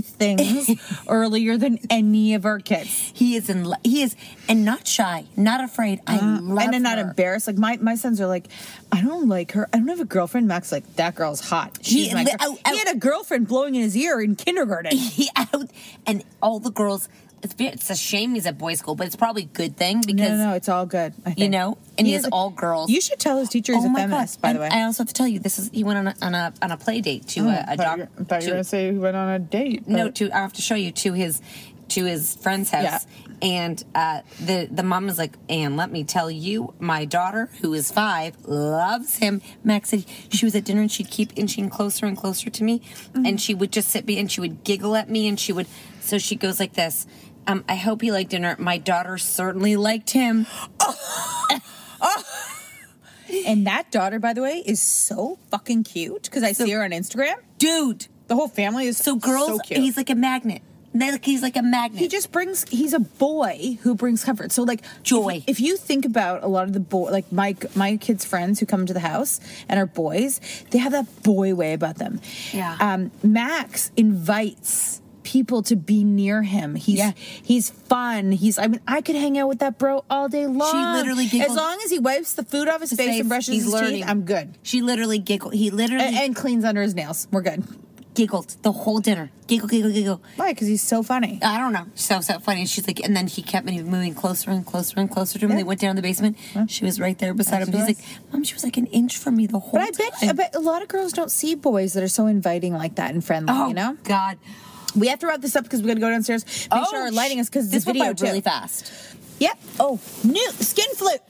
[SPEAKER 2] things earlier than any of our kids.
[SPEAKER 1] He is in. Lo- he is, and not shy, not afraid. I love
[SPEAKER 2] Mm-hmm. and I'm not
[SPEAKER 1] her.
[SPEAKER 2] embarrassed. Like my, my sons are like, I don't like her. I don't have a girlfriend. Max like that girl's hot. She's
[SPEAKER 1] He-
[SPEAKER 2] my
[SPEAKER 1] li-
[SPEAKER 2] girl-"
[SPEAKER 1] oh,
[SPEAKER 2] he had a girlfriend blowing in his ear in kindergarten.
[SPEAKER 1] he out and all the girls it's, ve- it's a shame he's at boys school but it's probably a good thing
[SPEAKER 2] no,
[SPEAKER 1] because
[SPEAKER 2] no, no, it's all good. I think.
[SPEAKER 1] you know and he,
[SPEAKER 2] He
[SPEAKER 1] has
[SPEAKER 2] is-
[SPEAKER 1] all girls
[SPEAKER 2] You should tell his teacher he's
[SPEAKER 1] Oh
[SPEAKER 2] a
[SPEAKER 1] my God.
[SPEAKER 2] feminist. By the way,
[SPEAKER 1] And I also have to tell you this is he went on a on a, on a play date to
[SPEAKER 2] Oh,
[SPEAKER 1] a, a
[SPEAKER 2] I thought you- I thought you were gonna say he went on a date.
[SPEAKER 1] no
[SPEAKER 2] but-
[SPEAKER 1] to I have to show you to his to his friend's house
[SPEAKER 2] Oh. Yeah.
[SPEAKER 1] and uh, the the mom is like and let me tell you my daughter who is five loves him Max said she was at dinner and she'd keep inching closer and closer to me
[SPEAKER 2] Mm-hmm.
[SPEAKER 1] and she would just sit me and she would giggle at me and she would so she goes like this um, I hope he liked dinner my daughter certainly liked him
[SPEAKER 2] And that daughter, by the way, is so fucking cute because I see her on Instagram.
[SPEAKER 1] Dude,
[SPEAKER 2] the whole family is
[SPEAKER 1] so girls
[SPEAKER 2] cute.
[SPEAKER 1] he's like a magnet Like, he's like a magnet
[SPEAKER 2] he just brings. He's a boy who brings comfort. So like joy. If, if you think about a lot of the boy, like my my kids' friends who come to the house and are boys, they have that boy way about them.
[SPEAKER 1] Yeah.
[SPEAKER 2] Um, Max invites people to be near him. He's he's fun. He's I mean I could hang out with that bro all day long.
[SPEAKER 1] literally
[SPEAKER 2] as
[SPEAKER 1] giggled-
[SPEAKER 2] long as he wipes the food off his face, and brushes his teeth, I'm good.
[SPEAKER 1] She literally giggled. He literally
[SPEAKER 2] and, and cleans under his nails. We're good.
[SPEAKER 1] Giggled the whole dinner. Giggle, giggle, giggle.
[SPEAKER 2] Why? Because he's so funny.
[SPEAKER 1] I don't know. So so funny. And she's like, and then he kept me moving closer and closer and closer to him. They went down to the basement. She was right there beside him. He's like, Mom, she was like an inch from me the whole
[SPEAKER 2] But I bet
[SPEAKER 1] time.
[SPEAKER 2] I bet a lot of girls don't see boys that are so inviting like that and friendly.
[SPEAKER 1] Oh,
[SPEAKER 2] you know,
[SPEAKER 1] God.
[SPEAKER 2] We have to wrap this up because we got to go downstairs. Make
[SPEAKER 1] Oh,
[SPEAKER 2] sure our lighting is because
[SPEAKER 1] this
[SPEAKER 2] this
[SPEAKER 1] went
[SPEAKER 2] video
[SPEAKER 1] by really
[SPEAKER 2] too.
[SPEAKER 1] fast.
[SPEAKER 2] Yep. Oh, new skin flute.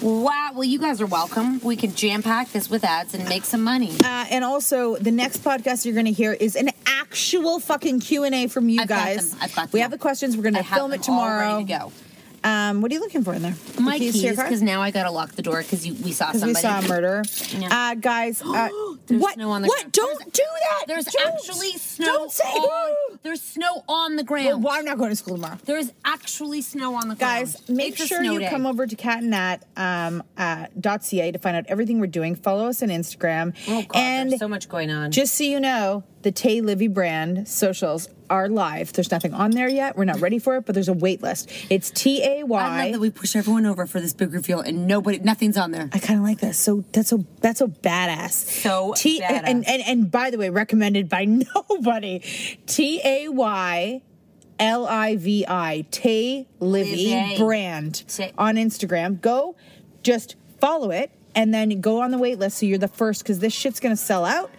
[SPEAKER 1] Wow. Well, you guys are welcome. We can jam pack this with ads and make some money.
[SPEAKER 2] Uh, and also, the next podcast you're going to hear is an actual fucking Q and A from you
[SPEAKER 1] I've got
[SPEAKER 2] guys.
[SPEAKER 1] them. I've got
[SPEAKER 2] We
[SPEAKER 1] them
[SPEAKER 2] have the questions. We're going
[SPEAKER 1] I
[SPEAKER 2] to
[SPEAKER 1] have
[SPEAKER 2] film
[SPEAKER 1] them
[SPEAKER 2] it
[SPEAKER 1] all ready
[SPEAKER 2] tomorrow.
[SPEAKER 1] to go.
[SPEAKER 2] Um, what are you looking for in there? The
[SPEAKER 1] My
[SPEAKER 2] to your
[SPEAKER 1] keys,
[SPEAKER 2] car?
[SPEAKER 1] because now I gotta lock the door because we saw
[SPEAKER 2] 'Cause
[SPEAKER 1] somebody.
[SPEAKER 2] we saw a murder. Uh, guys, uh, what?
[SPEAKER 1] snow on the
[SPEAKER 2] what?
[SPEAKER 1] ground.
[SPEAKER 2] Don't do that.
[SPEAKER 1] There's
[SPEAKER 2] Don't.
[SPEAKER 1] actually snow
[SPEAKER 2] Don't say.
[SPEAKER 1] on There's snow on the ground.
[SPEAKER 2] Well, I'm not going to school tomorrow.
[SPEAKER 1] There is actually snow on the ground.
[SPEAKER 2] Guys, make
[SPEAKER 1] It's a
[SPEAKER 2] sure
[SPEAKER 1] snow
[SPEAKER 2] you
[SPEAKER 1] day.
[SPEAKER 2] come over to catandnat um, uh, dot .ca to find out everything we're doing. Follow us on Instagram. Oh, God, and
[SPEAKER 1] so much going on.
[SPEAKER 2] Just so you know, the Tay Livy brand socials are live. There's nothing on there yet. We're not ready for it, but there's a wait list. It's T A Y.
[SPEAKER 1] I love that we push everyone over for this big reveal and nobody, nothing's on there.
[SPEAKER 2] I kind of like that. So that's so that's so badass. So T
[SPEAKER 1] badass.
[SPEAKER 2] and and and by the way, recommended by nobody. T A Y L I V I Tay Livy
[SPEAKER 1] Livy.
[SPEAKER 2] brand on Instagram. Go, just follow it. And then go on the wait list so you're the first because this shit's gonna sell out,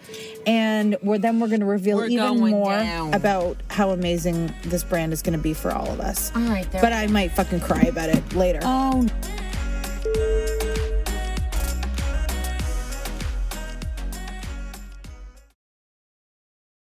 [SPEAKER 2] and we're then we're gonna reveal
[SPEAKER 1] We're
[SPEAKER 2] even
[SPEAKER 1] going
[SPEAKER 2] more
[SPEAKER 1] down.
[SPEAKER 2] about how amazing this brand is gonna be for all of us.
[SPEAKER 1] All right, there
[SPEAKER 2] but
[SPEAKER 1] we
[SPEAKER 2] I might fucking cry about it later.
[SPEAKER 1] Oh,